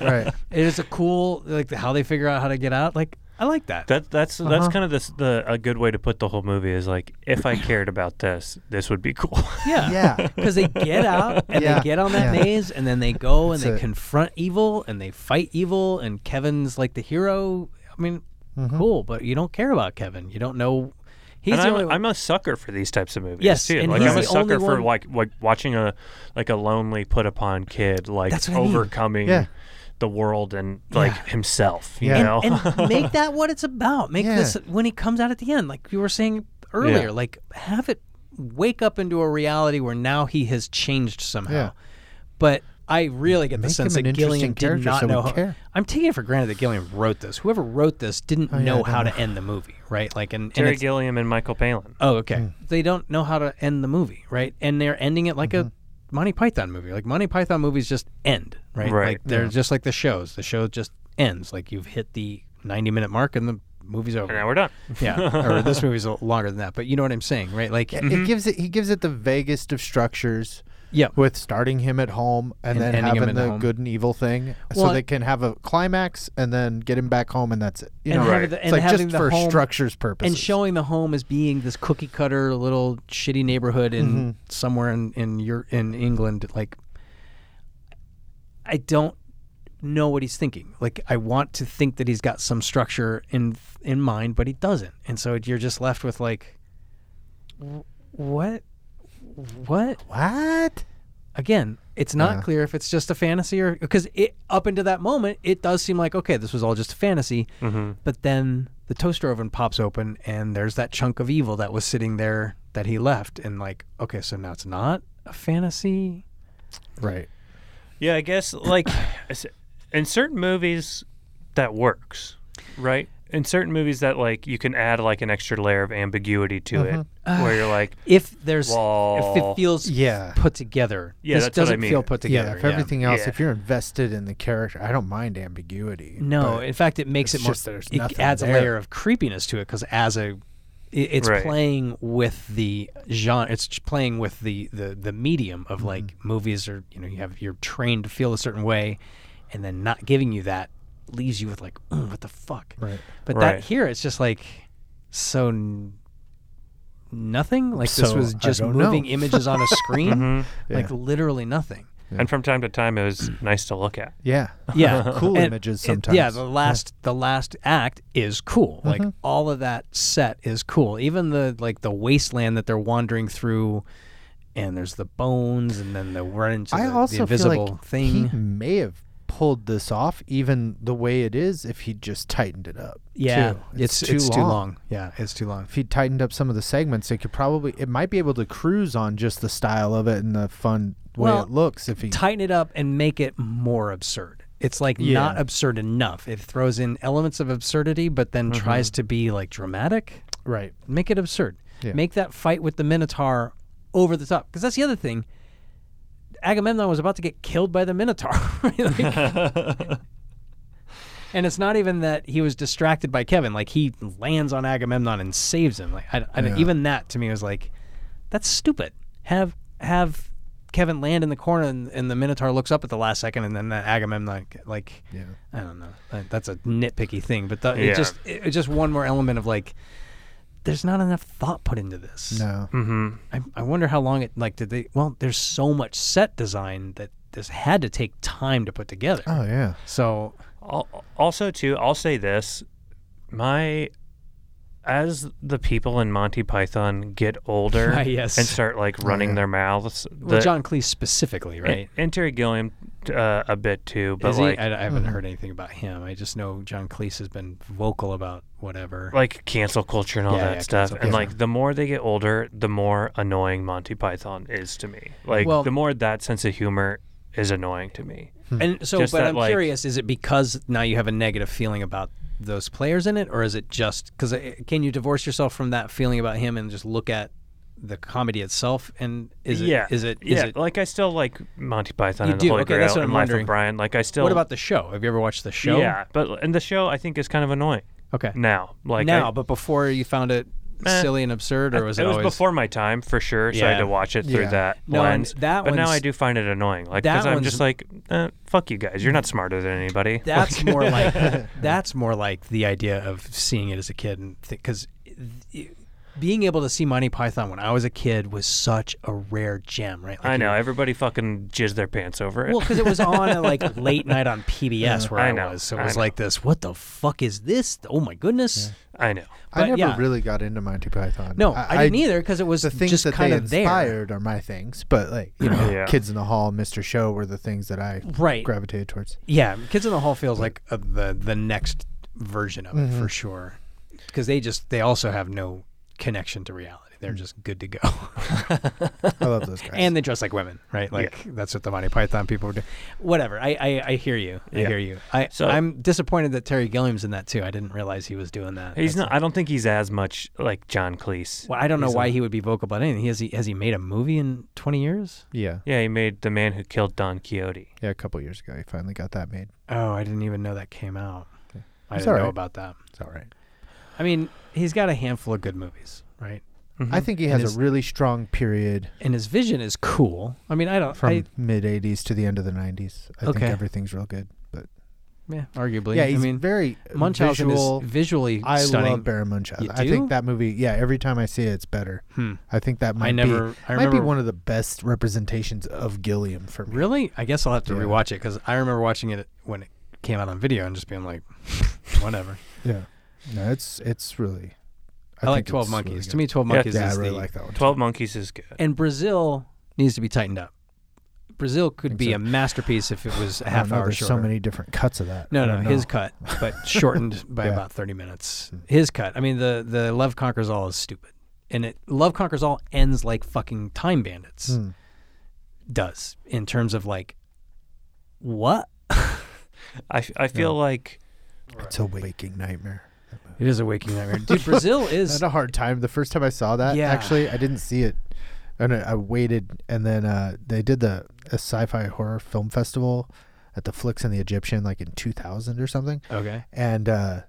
C: right.
B: It is a cool like how they figure out how to get out. Like I like that.
A: That that's that's
B: Uh-huh.
A: kind of the, s- the a good way to put the whole movie is like if I cared about this, this would be cool.
B: Yeah.
C: Yeah.
B: Because they get out and
C: Yeah.
B: they get on that
C: Yeah.
B: maze and then they go and
C: That's
B: they
C: it.
B: confront evil and they fight evil and Kevin's like the hero. I mean,
C: Mm-hmm.
B: cool, but you don't care about Kevin. You don't know. He's
A: and
B: the
A: I'm,
B: only
A: I'm a sucker for these types of movies
B: Yes,
A: too.
B: and
A: like
B: he's
A: I'm a
B: the only
A: sucker for
B: one-
A: like like watching a like a lonely put upon kid like
B: That's what I mean.
A: overcoming
C: Yeah.
A: the world and like himself. You
C: Yeah.
A: know,
B: and, and make that what it's about. Make
C: Yeah.
B: this when he comes out at the end, like you were saying earlier,
A: Yeah.
B: like have it wake up into a reality where now he has changed somehow.
C: Yeah.
B: But I really get the
C: Make
B: sense
C: him
B: that
C: an
B: Gilliam
C: interesting
B: did
C: character
B: not
C: so we
B: know. How,
C: care.
B: I'm taking it for granted that Gilliam wrote this. Whoever wrote this didn't
C: Oh, yeah,
B: know
C: I
B: how
C: don't
B: to end the movie, right? Like, and, and
A: Terry
B: it's-
A: Gilliam and Michael Palin.
B: Oh, okay. They don't know how to end the movie, right? And they're ending it like a Monty Python movie. Like Monty Python movies just end, right?
A: Right.
B: Like they're just like the shows. The show just ends. Like you've hit the 90 minute mark and the movie's over.
A: And now we're done.
B: yeah. Or this movie's a- longer than that, but you know what I'm saying, right? Like,
C: It- It gives it. He gives it the vaguest of structures.
B: Mm-hmm. yeah.
C: With starting him at home and,
B: And
C: then
B: ending him
C: having
B: in the
C: the
B: home.
C: good and evil thing,
B: Well,
C: so they can have a climax and then get him back home and that's it. You
B: And
C: know,
B: having
A: Right.
B: the-
C: it's
B: and
C: like
B: having
C: just
B: the
C: for
B: home-
C: structures purposes
B: and showing the home as being this cookie cutter little shitty neighborhood in
C: Mm-hmm.
B: somewhere in in your in England like I don't know what he's thinking like I want to think that he's got some structure in in mind but he doesn't and so you're just left with like wh- what what
C: what?
B: again it's not
C: Yeah.
B: clear if it's just a fantasy or because it up into that moment it does seem like okay this was all just a fantasy
A: hmm
B: but then the toaster oven pops open and there's that chunk of evil that was sitting there that he left. And like, okay, so now it's not a fantasy.
C: Right.
A: Yeah, I guess like I s- in certain movies that works, right? in certain movies that like you can add like an extra layer of ambiguity to
B: Uh-huh.
A: it, where you're like,
B: if there's if
A: Well,
B: it feels
C: yeah.
B: put together.
A: Yeah,
B: this
A: that's what I
B: doesn't
A: mean.
B: feel put
C: Yeah,
B: together.
C: if everything else,
A: Yeah.
C: if you're invested in the character, I don't mind ambiguity.
B: No,
C: but
B: in fact, it makes
C: it's
B: it more.
C: just there's
B: It
C: nothing
B: adds a
C: there.
B: layer of creepiness to it because as a, i- it's
A: Right.
B: playing with the genre. It's ch- playing with the the the medium
C: Mm-hmm.
B: of like movies are. You know, you have you're trained to feel a certain way, and then not giving you that leaves you with like, "Mm, what the fuck.
C: Right.
B: But
A: Right.
B: that here, it's just like so. N- Nothing like this
C: So,
B: was
C: I
B: just
C: don't
B: moving
C: know.
B: images on a screen,
A: Mhm.
B: like literally nothing.
A: and from time to time it was nice to look at.
C: yeah,
B: yeah
C: Cool
B: And
C: images
B: it-
C: sometimes. Mm-hmm.
B: yeah the last the last act is cool like all of that set is cool even the like the wasteland that they're wandering through and there's the bones and then the run into
C: I
B: the, the
C: also
B: invisible
C: feel like
B: thing
C: he may have pulled this off, even the way it is, if he just tightened it up.
B: yeah
C: too.
B: it's it's, too long yeah it's too long
C: If he tightened up some of the segments, it could probably it might be able to cruise on just the style of it and the fun way
B: Well,
C: it looks. If he
B: tighten it up and make it more absurd. It's like
C: Yeah.
B: not absurd enough. It throws in elements of absurdity, but then
C: Mm-hmm.
B: tries to be like dramatic.
C: Right.
B: Make it absurd.
C: Yeah.
B: Make that fight with the Minotaur over the top. Because that's the other thing. Agamemnon was about to get killed by the Minotaur. Like- and it's not even that he was distracted by Kevin. Like he lands on Agamemnon and saves him. Like I, I,
C: Yeah.
B: even that to me was like, that's stupid. Have have Kevin land in the corner and, and the Minotaur looks up at the last second and then that Agamemnon like
C: Yeah.
B: I don't know. That- That's a nitpicky thing, but the,
A: Yeah.
B: it just it, it's just one more element of like there's not enough thought put into this.
C: No.
A: Mm-hmm.
B: I, I wonder how long it like did they well there's so much set design that this had to take time to put together.
C: Oh yeah.
B: So
A: Al- Also, too, I'll say this: my as the people in Monty Python get older
B: Ah, yes.
A: and start like running
C: yeah.
A: their mouths,
B: well,
A: the-
B: John Cleese specifically, right?
A: and, and Terry Gilliam uh, a bit too, but
B: Is he?
A: like
B: I, I
C: Mm-hmm.
B: haven't heard anything about him. I just know John Cleese has been vocal about whatever.
A: like cancel culture and all
B: Yeah,
A: that
B: yeah,
A: stuff.
B: cancel
A: And
B: culture.
A: like the more they get older, the more annoying Monty Python is to me. Like
B: Well-
A: the more that sense of humor is annoying to me.
B: And so,
A: Just
B: but
A: that,
B: I'm
A: like-
B: curious: is it because now you have a negative feeling about those players in it, or is it just because can you divorce yourself from that feeling about him and just look at the comedy itself? And is it?
A: yeah,
B: Is it? Is
A: yeah?
B: it?
A: like I still like Monty Python
B: You
A: and
B: do?
A: the Holy
B: Okay,
A: Grail
B: that's what
A: and
B: I'm
A: Life
B: wondering.
A: of Brian. Like I still
B: What about the show? Have you ever watched the show?
A: yeah, but and the show I think is kind of annoying
B: Okay.
A: now. Like I-
B: now, but before you found it
A: Eh.
B: silly and absurd, or was it,
A: it was
B: always
A: before my time for sure, so I had
B: Yeah.
A: to watch it through
C: Yeah.
A: that
B: No, and
A: lens.
B: that
A: but now I
B: one's-
A: do find it annoying, like
B: that
A: because I'm
B: one's-
A: just like, eh, fuck you guys, you're not smarter than anybody.
B: That's more like that's more like the idea of seeing it as a kid, and because being able to see Monty Python when I was a kid was such a rare gem, right? Like
A: I
B: you-
A: know everybody fucking jizzed their pants over it.
B: Well, because it was on at, like late night on PBS where I,
A: I know,
B: was, so it
A: I
B: was
A: know.
B: like this. What the fuck is this? Oh my goodness!
A: I know.
C: I never
B: But, yeah.
C: really got into Monty Python.
B: No, I, didn't either because it was
C: The things
B: just
C: that
B: kind
C: they
B: of there.
C: inspired are my things, but like you know,
A: Yeah.
C: Kids in the Hall, Mr. Show were the things that I
B: Right.
C: gravitated towards.
B: Yeah, Kids in the Hall feels like Mm-hmm. uh the the next version of it for sure, because they just they also have no connection to reality. They're just good to go,
C: I love those guys.
B: and they dress like women, right? Like that's what the Monty Python people were doing. Whatever. I I, I hear you. I
A: Yeah.
B: hear you. I
A: So-
B: I'm disappointed that Terry Gilliam's in that too. I didn't realize he was doing that.
A: He's
B: That's-
A: not. I don't think he's as much like John Cleese.
B: Well, I don't know why he would be vocal about anything. He has he has he made a movie in twenty years?
C: yeah,
A: Yeah, he made the man who killed Don Quixote.
C: yeah. A couple years ago, he finally got that made.
B: Oh, I didn't even know that came out. I
C: It's
B: didn't know
C: alright.
B: about that.
C: It's all right.
B: I mean, he's got a handful of good movies, right?
C: I think he
B: And
C: has
B: his-
C: a really strong period
B: And his vision is cool. I mean, I don't.
C: from
B: I,
C: mid '80s to the end of the '90s. I
B: Okay.
C: think everything's real good, but
B: yeah, arguably.
C: yeah,
B: I
C: he's
B: mean,
C: very
B: Munchausen
C: visual.
B: is visually
C: I
B: stunning.
C: love Baron Munchausen.
B: You
C: I
B: do?
C: think that movie. Yeah, every time I see it, it's better.
B: Hmm.
C: I think that might
B: I never.
C: be,
B: I
C: might
B: remember.
C: be one of the best representations of Gilliam for me.
B: really? I guess I'll have to
C: Yeah.
B: rewatch it because I remember watching it when it came out on video and just being like, whatever.
C: Yeah, no, it's it's really.
B: I, like Twelve Monkeys. to me, Twelve
A: Yeah,
B: Monkeys
C: yeah, I
B: is
C: really
B: the
C: like that one.
A: Twelve Monkeys is good.
B: and Brazil needs to be tightened up. Brazil could
C: Think
B: be
C: so.
B: a masterpiece if it was a
C: I don't
B: half
C: know,
B: hour
C: There's
B: shorter.
C: so many different cuts of that.
B: no,
C: I
B: no,
C: don't
B: his
C: know.
B: cut, but shortened by
C: Yeah.
B: about thirty minutes. His cut. I mean, the the Love Conquers All is stupid, and it Love Conquers All ends like fucking Time Bandits
C: Hmm.
B: does in terms of like what
A: I, f- I feel like
C: It's a waking nightmare.
B: It is a waking nightmare, dude. Brazil
C: I
B: is
C: had a hard time the first time I saw that.
B: Yeah.
C: Actually, I didn't see it, and I, I waited, and then uh, they did the a sci-fi horror film festival at the Flicks and the Egyptian, like in 2000 or something,
B: okay.
C: and. uh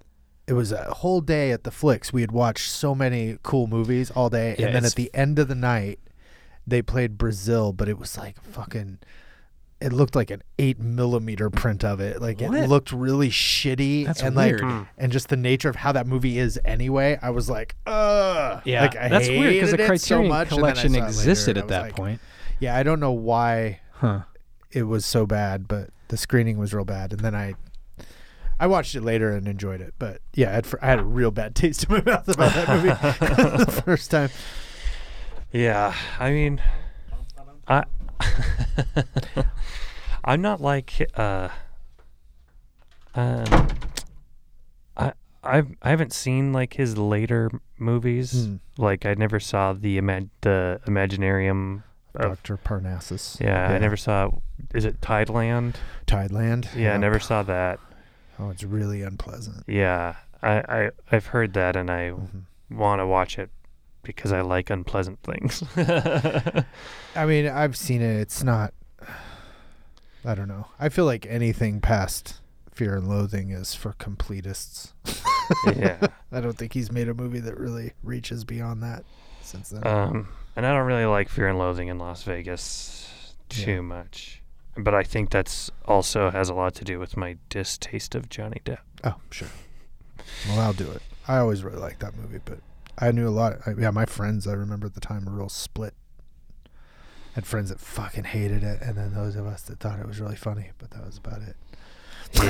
C: it was a whole day at the flicks. We had watched so many cool movies all day,
B: Yeah,
C: and then
B: it's-
C: at the end of the night, they played Brazil, but it was like fucking. It looked like an eight millimeter print of it. Like
B: What?
C: it looked really shitty,
B: That's
C: and
B: weird.
C: like and just the nature of how that movie is anyway, I was like, ugh.
B: Yeah,
C: Like, I
B: that's weird because the
C: hated it so
B: Criterion
C: much, and then I
B: collection
C: saw it later,
B: existed
C: and I
B: at
C: was
B: that
C: like,
B: point.
C: Yeah, I don't know why
B: Huh.
C: it was so bad, but the screening was real bad, and then I. I watched it later and enjoyed it, but yeah, I had, I had a real bad taste in my mouth about that movie the first time.
A: Yeah, I mean, I I'm not like uh, um, I I've I haven't seen like his later movies.
C: Hmm.
A: Like I never saw the imag- the Imaginarium. Of,
C: Doctor Parnassus.
A: yeah, I never saw. Is it Tideland?
C: Tideland.
A: Yeah, I never saw that.
C: Oh, it's really unpleasant.
A: Yeah, I, I I've heard that, and I want to watch it because I like unpleasant things.
C: I mean, I've seen it. It's not. I don't know. I feel like anything past Fear and Loathing is for completists.
A: yeah.
C: I don't think he's made a movie that really reaches beyond that since then.
A: Um, and I don't really like Fear and Loathing in Las Vegas too
C: Yeah.
A: much, but I think that's also has a lot to do with my distaste of Johnny Depp.
C: oh, sure. Well, I'll do it. I always really liked that movie, but I knew a lot. I, yeah, my friends, I remember at the time, were real split. Had friends that fucking hated it, and then those of us that thought it was really funny, but that was about it.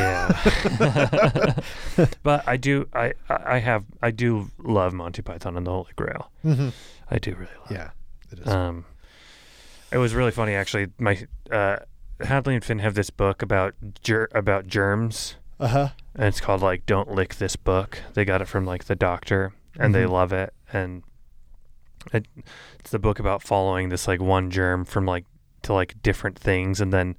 A: Yeah, but I do. I I I have. I do love Monty Python and the Holy Grail.
C: Mm-hmm.
A: I do really love.
C: Yeah, it is.
A: Um, it was really funny actually. My uh, Hadley and Finn have this book about ger- about germs.
C: Uh huh.
A: and it's called like "Don't Lick This Book." They got it from like the doctor, and they
C: Mhm.
A: love it. And it, it's the book about following this like one germ from like to like different things, and then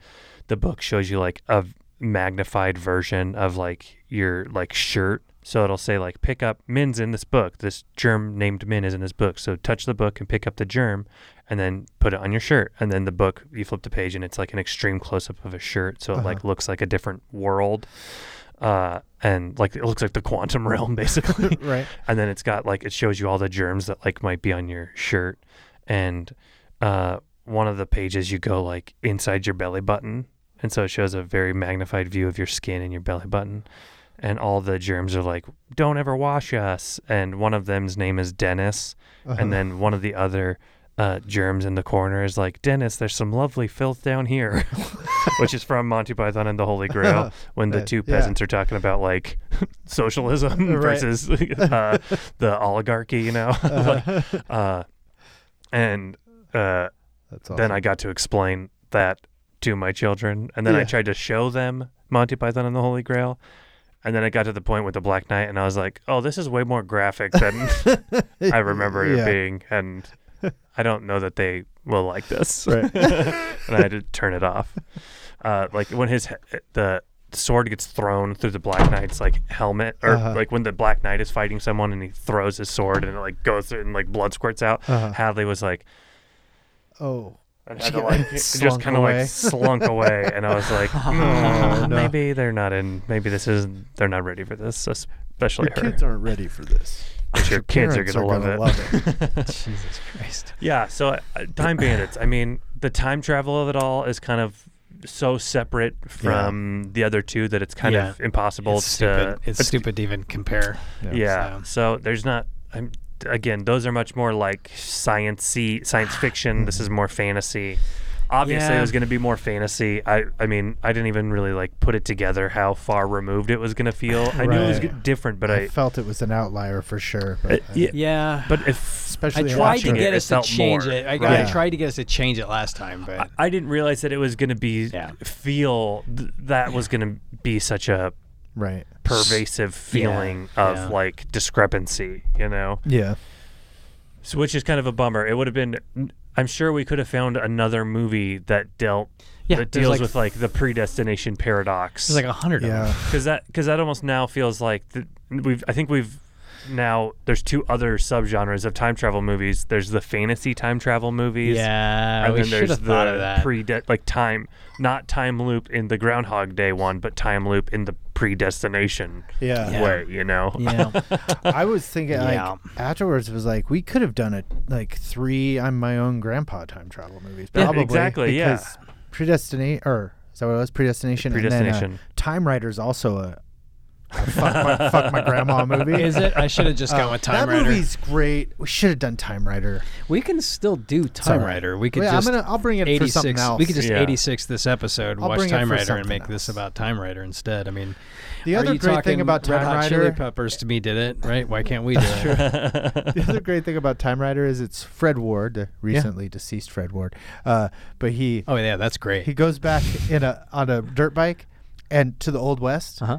A: the book shows you like a v- magnified version of like your like shirt. So it'll say like pick up Min's in this book. This germ named Min is in this book. So touch the book and pick up the germ, and then put it on your shirt. And then the book you flip the page and it's like an extreme close up of a shirt. So it
C: Uh-huh.
A: like looks like a different world uh, and like it looks like the quantum realm basically.
C: Right.
A: and then it's got like it shows you all the germs that like might be on your shirt, and uh, one of the pages you go like inside your belly button, and so it shows a very magnified view of your skin and your belly button. And all the germs are like, don't ever wash us. And one of them's name is Dennis.
C: Uh-huh.
A: And then one of the other uh, germs in the corner is like, Dennis, there's some lovely filth down here, which is from Monty Python and the Holy Grail when the
C: That-
A: two
C: yeah.
A: peasants are talking about like socialism
C: Right.
A: versus uh, the oligarchy, you know?
C: Uh,
A: uh, and uh,
C: that's awesome.
A: then I got to explain that to my children. And then I
C: Yeah.
A: tried to show them Monty Python and the Holy Grail. And then I got to the point with the Black Knight, and I was like, "Oh, this is way more graphic than I remember
C: Yeah.
A: it being, and I don't know that they will like this.
C: Right.
A: and I had to turn it off. Uh, like when his he- the sword gets thrown through the Black Knight's like helmet, or
C: Uh-huh.
A: like when the Black Knight is fighting someone and he throws his sword and it like goes through and like blood squirts out.
C: Uh-huh.
A: Hadley was like,
C: Oh.
A: and had to,
C: Yeah,
A: like, just
C: slunk
A: kind of
C: away.
A: like slunk away, and I was like,
C: Oh,
A: "Mm,
C: no.
A: maybe they're not in, maybe this is not they're not ready for this, especially her.
C: aren't ready for this.
A: But your kids are
C: parents
A: gonna
C: are gonna
A: love it.
B: Jesus Christ.
A: Yeah, so uh, Time Bandits. I mean, the time travel of it all is kind of so separate from the other two that it's kind
B: Yeah.
A: of impossible
B: it's
A: to.
B: stupid. It's, stupid to even compare.
A: Yeah.
B: so.
A: So there's not. I'm, again, those are much more like sciency, science fiction. this is more fantasy. Obviously,
B: Yeah.
A: it was going to be more fantasy. I, I mean, I didn't even really like put it together how far removed it was going to feel. I knew it was
C: Right.
A: g- different, but
C: I,
A: I,
C: felt it was an outlier for sure. But
A: Uh,
C: I-
A: yeah,
B: Yeah.
A: but if
B: I
C: especially
B: tried to
A: watching
B: get
A: it,
B: us
A: it
B: to
A: felt
B: change
A: more,
B: it. I,
A: right?
B: I tried to get us to change it last time, but
A: I didn't realize that it was going to be
B: Yeah.
A: feel th- that was going to be such a
C: right.
A: pervasive feeling of
B: yeah.
A: like discrepancy, you know,
C: Yeah.
A: so, which is kind of a bummer. It would have been, I'm sure we could have found another movie that dealt
B: Yeah,
A: that
B: there's
A: deals
B: like-
A: with like the predestination paradox.
B: there's like a hundred of
C: Yeah.
B: them.
A: because that because that almost now feels like th- we've I think we've now there's two other subgenres of time travel movies. There's the fantasy time travel movies.
B: Yeah,
A: And
B: we
A: then
B: should
A: there's
B: have thought of
A: the
B: that.
A: pre like time, not time loop in the Groundhog Day one, but time loop in the predestination
C: Yeah.
B: Yeah.
A: way. You know,
B: yeah,
C: I was thinking
B: Yeah.
C: like afterwards it was like we could have done it like three I'm my own grandpa time travel movies
A: Yeah,
C: probably
A: exactly, yeah.
C: because predestinate or is that what it was predestination and then,
A: Predestination.
C: uh, Time Rider's also a, a fuck, my, fuck my grandma movie
B: is it? I should have just
C: Uh,
B: gone with Time
C: that
B: Rider.
C: movie's great we should have done Time Rider
B: We can still do Time
C: Sorry.
B: Rider. We could
C: Yeah,
B: just
C: I'm gonna I'll bring it for something
B: 86.
C: else
B: We could just
A: Yeah.
B: 86 this episode,
C: I'll
B: watch
C: bring it
B: Time
C: for
B: Rider, and
C: something
B: make this
C: else.
B: about Time Rider instead. I mean,
C: the
B: are
C: other
B: you
C: great
B: talking
C: thing about
B: Red
C: Time
B: Hot
C: Rider
B: Chili Peppers to me did it right. Why can't we do it?
C: the other great thing about Time Rider is it's Fred Ward the recently deceased Fred Ward uh, but he
B: Oh yeah, that's great.
C: He goes back in a on a dirt bike and to the old west.
B: Uh-huh.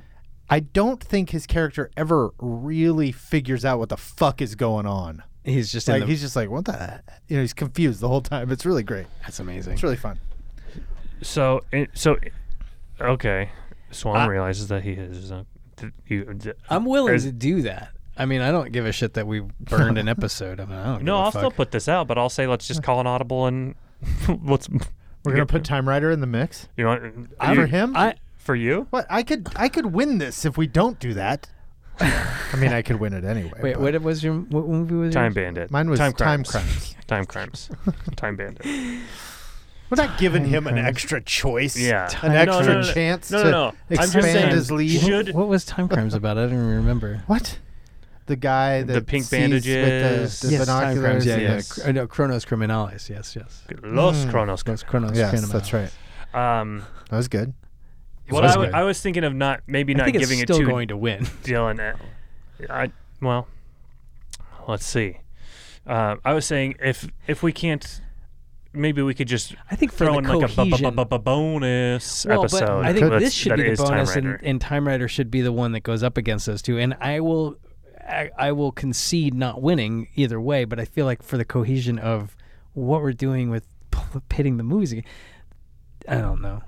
C: I don't think his character ever really figures out what the fuck is going on.
B: He's just in
C: Like
B: the.
C: he's just like, what the? You know, he's confused the whole time. It's really great.
B: that's amazing.
C: It's really fun.
A: So, it- so, okay. Swan
B: I-
A: realizes that he is. Uh, th- you, th-
B: I'm willing
A: Is-
B: to do that. I mean, I don't give a shit that we burned an episode. I mean, I don't.
A: no,
B: give a
A: I'll
B: fuck.
A: still put this out, but I'll say let's just call an audible and let's.
C: We're gonna put Time Rider in the mix
A: You know,
C: for him.
B: I
A: For you?
C: what I could I could win this if we don't do that. I mean, I could win it anyway.
B: wait.
C: but
B: What was your what movie was
A: Time
B: yours?
A: Bandit.
C: Mine was Time,
A: crimes.
C: Crimes.
A: Time crimes. Time Bandit.
C: We're not giving him an extra choice.
A: Yeah.
C: An
A: No, no,
C: extra
A: no, no.
C: chance
A: No, no,
C: to
A: no. I'm just
C: expand
A: saying,
C: his lead.
A: Should
B: What was Time Crimes about? I don't even remember.
C: What? The guy that
A: The pink
C: sees with
A: bandages.
C: the, the
B: Time
C: binoculars.
B: Crimes. Yeah, yeah.
A: yes.
B: Cr- no, Chronos Criminalis. Yes, yes.
A: Los
C: Mm.
A: Chronos.
B: Yes, Chronos
C: Yes,
B: Criminalis.
C: that's right.
A: Um,
C: That was good.
B: It
A: what
B: was
A: I, w-
B: good.
A: I was thinking of not maybe
B: I
A: not
B: think
A: giving
B: it's
A: it
B: still
A: to
B: going to win.
A: Dylan. uh, I well, let's see. Uh, I was saying if if we can't, maybe we could just
B: I think for
A: throw
B: the
A: in like a bu- bu-
B: cohesion-
A: bu- bu- bonus
B: Well,
A: episode.
B: but I think
A: that's-
B: this should
A: that
B: be the
A: is Time
B: bonus, and,
A: Rider.
B: and Time Rider should be the one that goes up against those two. And I will, I, I will concede not winning either way. But I feel like for the cohesion of what we're doing with p- pitting the movies, again- I don't know.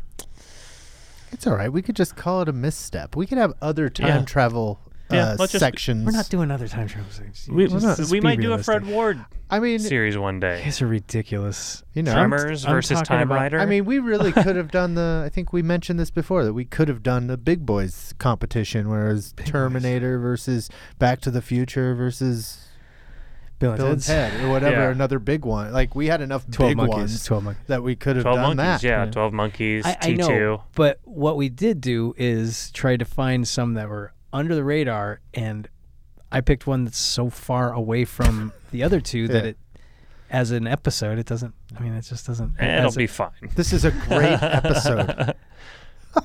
C: It's all right. We could just call it a misstep. We could have other time
A: Yeah.
C: travel uh,
A: Yeah, let's just-
C: sections.
B: We're not doing other time travels.
A: we
C: Just- just
A: we
C: be
A: might do a
C: realistic.
A: Fred Ward
C: I mean,
A: series one day.
B: These are ridiculous.
C: you know,
B: I'm-
A: Tremors
B: I'm
A: versus
B: talking
A: Time
B: about-
A: Rider.
C: I mean, we really could have done the. I think we mentioned this before that we could have done the big boys competition, whereas Terminator versus Back to the Future versus
B: Bill and
C: Bill and
B: Ted's
C: Ted or whatever.
A: Yeah.
C: Another big one. Like we had enough
B: Twelve
C: big
B: Monkeys.
C: ones
B: Twelve Monkeys.
C: that we could have
A: Twelve
C: done
A: monkeys.
C: that.
A: yeah,
B: yeah.
A: Twelve monkeys.
B: I, I
A: T two.
B: know, but what we did do is try to find some that were under the radar, and I picked one that's so far away from the other two that
C: Yeah.
B: it, as an episode, it doesn't. I mean, it just doesn't.
A: Eh, It'll
B: as a-
A: be fine.
C: This is a great episode.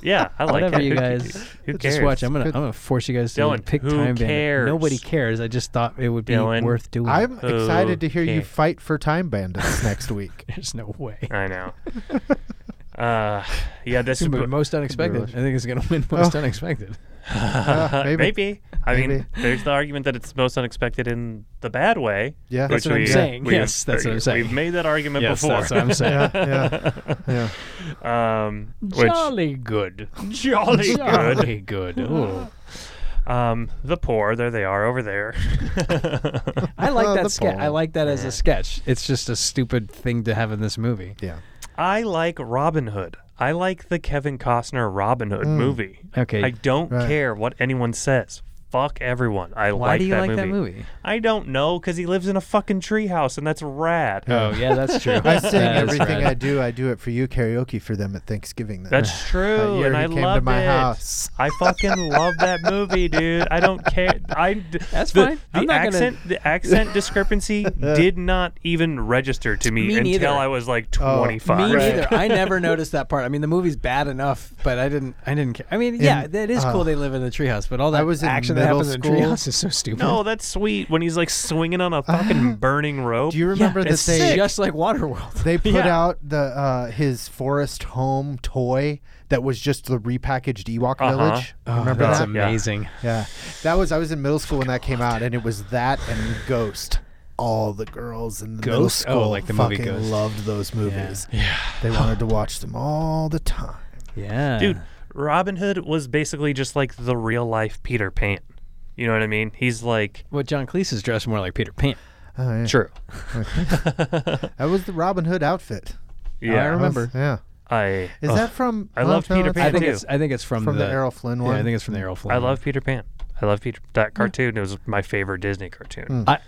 A: Yeah, I like
B: whatever
A: it.
B: you
A: Who ca-
B: guys
A: Who cares?
B: just watch. I'm gonna
C: Good.
B: I'm gonna force you guys to
A: Dylan,
B: pick
A: who
B: time. Bandit.
A: cares?
B: Nobody cares. I just thought it would be
A: Dylan.
B: worth doing.
C: I'm
A: Who
C: excited to hear you
A: cares?
C: fight for Time Bandits next week.
B: There's no way.
A: I know. Uh, yeah, this
B: It's gonna be
A: is
B: most unexpected. I think it's gonna
A: Oh.
B: win most unexpected.
A: maybe.
C: maybe.
A: I
C: Maybe.
A: mean, there's the argument that it's most unexpected in the bad way.
C: Yeah,
A: which
C: That's what I'm
A: we-
B: saying.
A: we've-
B: Yes, that's what I'm saying.
A: We've made that argument
B: Yes,
A: before.
B: that's what I'm saying.
C: yeah, yeah, yeah.
A: um, which
B: Jolly good.
A: jolly good.
B: Jolly good. Ooh.
A: Um, the poor, there they are over there.
B: I like
C: Uh, the
B: that sketch. I
C: poem.
B: like that as a sketch. It's just a stupid thing to have in this movie.
C: yeah.
A: I like Robin Hood. I like the Kevin Costner Robin Hood movie.
B: Okay.
A: I don't
C: Mm. Right.
A: care what anyone says. Fuck everyone. I
B: Why
A: like
B: do you
A: that
B: like
A: movie.
B: that movie?
A: I don't know because he lives in a fucking treehouse and that's rad.
B: Oh yeah, that's true.
C: I sing
B: That is
C: everything
B: right.
C: I do. I do it for you karaoke for them at Thanksgiving. Then.
A: That's
C: That
A: true,
C: year
A: and
C: he
A: I
C: came to
A: love
C: my
A: it.
C: house.
A: I fucking love that movie, dude. I don't care. I d-
B: That's
A: the,
B: fine.
A: The
B: I'm not gonna-
A: accent, the accent discrepancy did not even register to me,
B: Me
A: until
B: neither.
A: I was like
C: Oh.
A: 25.
B: Me
C: Right.
B: neither. I never noticed that part. I mean, the movie's bad enough, but I didn't. I didn't care. I mean, yeah,
C: In-
B: that is cool.
C: uh,
B: They live in the treehouse, but all that
C: I was in
B: action that
C: middle
B: happens in the
C: school.
B: treehouse is so stupid.
A: No, that's sweet when he's like swinging on a fucking burning rope.
C: Do you remember that
B: it's
C: they
B: just like Waterworld.
C: they put
A: Yeah.
C: out the uh, his forest home toy that was just the repackaged Ewok
A: Uh-huh.
C: village? remember
B: Oh, that's
C: that?
A: Yeah.
B: amazing.
C: Yeah, that was I was in middle school when that came out, and it was that and Ghost. All the girls in the middle
B: Ghost? Oh,
C: school
B: like the movie
C: fucking
B: Ghost.
C: loved those movies. Yeah. they wanted to watch them all the time.
B: Yeah,
A: dude? Robin Hood was basically just like the real life Peter Pan. You know what I mean? He's like
B: Well, John Cleese is dressed more like Peter Pan.
C: Oh, yeah.
A: true.
C: That was the Robin Hood outfit.
A: Yeah,
B: I remember.
C: That's- yeah.
A: I
C: Is
A: ugh,
C: that from?
A: I
C: don't
A: love
C: know,
A: Peter
C: that's
A: Pan
B: I think
A: too.
B: it's I think it's from,
C: From the Errol Flynn one.
B: Yeah, I think it's from the Errol Flynn.
A: I
B: one.
A: love Peter Pan. I love Peter that cartoon. It was my favorite Disney cartoon,
B: Hmm.
C: Hmm.
B: I,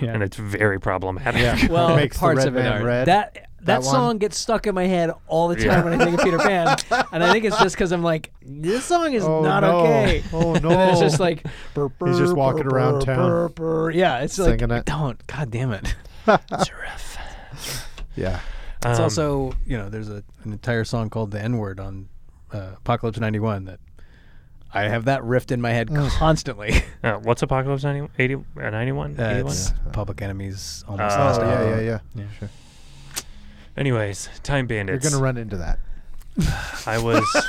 B: yeah.
A: and it's very problematic. Um,
B: Yeah. Well,
C: Makes the
B: parts
C: red
B: of it
C: man
B: are.
C: red.
B: That that,
C: That one.
B: song gets stuck in my head all the time
A: Yeah.
B: when I think of Peter Pan, and I think it's just because I'm like, this song is
C: Oh,
B: not
C: no.
B: okay.
C: Oh,
B: And then it's
C: no.
B: just like
C: He's just walking around town.
B: Yeah, it's like
C: Singing it.
B: don't. God damn it.
A: It's rough.
C: Yeah.
B: It's
A: Um,
B: also you know there's a, an entire song called the N word on uh, Apocalypse '91 that I have that riffed in my head constantly.
A: uh, what's Apocalypse 90, 80, uh, 91?
B: Uh,
A: 81?
B: it's Public Enemies almost.
A: Uh,
C: Oh
B: last
A: Stop.
C: yeah,
B: album.
C: yeah, yeah.
B: Yeah.
C: Sure.
A: Anyways, Time
C: You're
A: Bandits.
C: gonna run into that.
A: I was.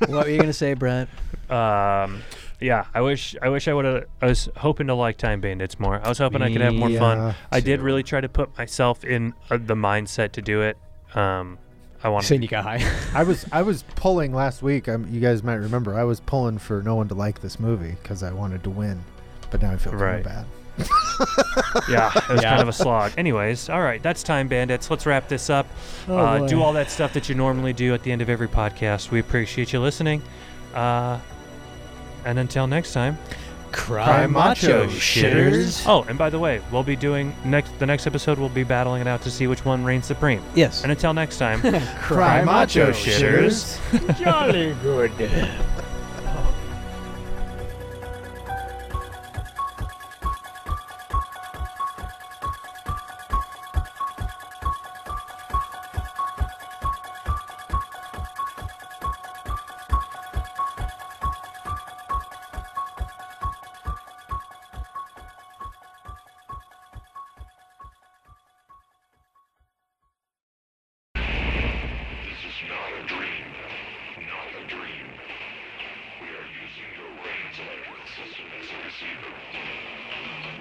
B: what were you gonna say, Brett?
A: um, yeah, I wish I wish I would have. I was hoping to like Time Bandits more. I was hoping I could have more
C: Yeah,
A: fun. I did
C: too.
A: really try to put myself in uh, the mindset to do it. Um, I wanted.
B: Saying you got high.
C: I was I was pulling last week. Um, you guys might remember. I was pulling for no one to like this movie because I wanted to win, but now I feel
A: Right.
C: kind of bad.
A: Yeah, it was
B: Yeah.
A: kind of a slog. Anyways, all right, that's Time Bandits. Let's wrap this up. uh,
B: boy.
A: do all that stuff that you normally do at the end of every podcast. We appreciate you listening. Uh, and until next time.
B: Cry
C: macho, shitters.
A: Oh, and by the way, we'll be doing next. The next episode, we'll be battling it out to see which one reigns supreme.
B: Yes.
A: And until next time.
C: Cry macho,
A: shitters.
B: jolly good.
D: This is not a dream. Not a dream. We are using your brain's electrical system as a receiver.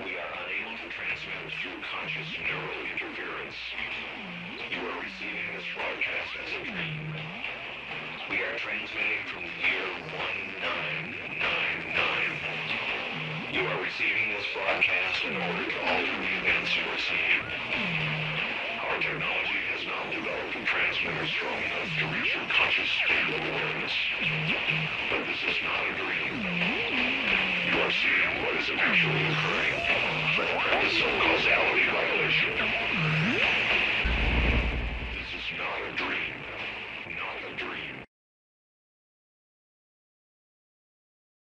D: We are unable to transmit through conscious neural interference. You are receiving this broadcast as a dream. We are transmitting from the year 1999. You are receiving this broadcast in order to alter the events you are seeing. Our technology has now developed a transmitter strong enough to reach your conscious state of awareness. But this is not a dream. You are seeing what is actually occurring.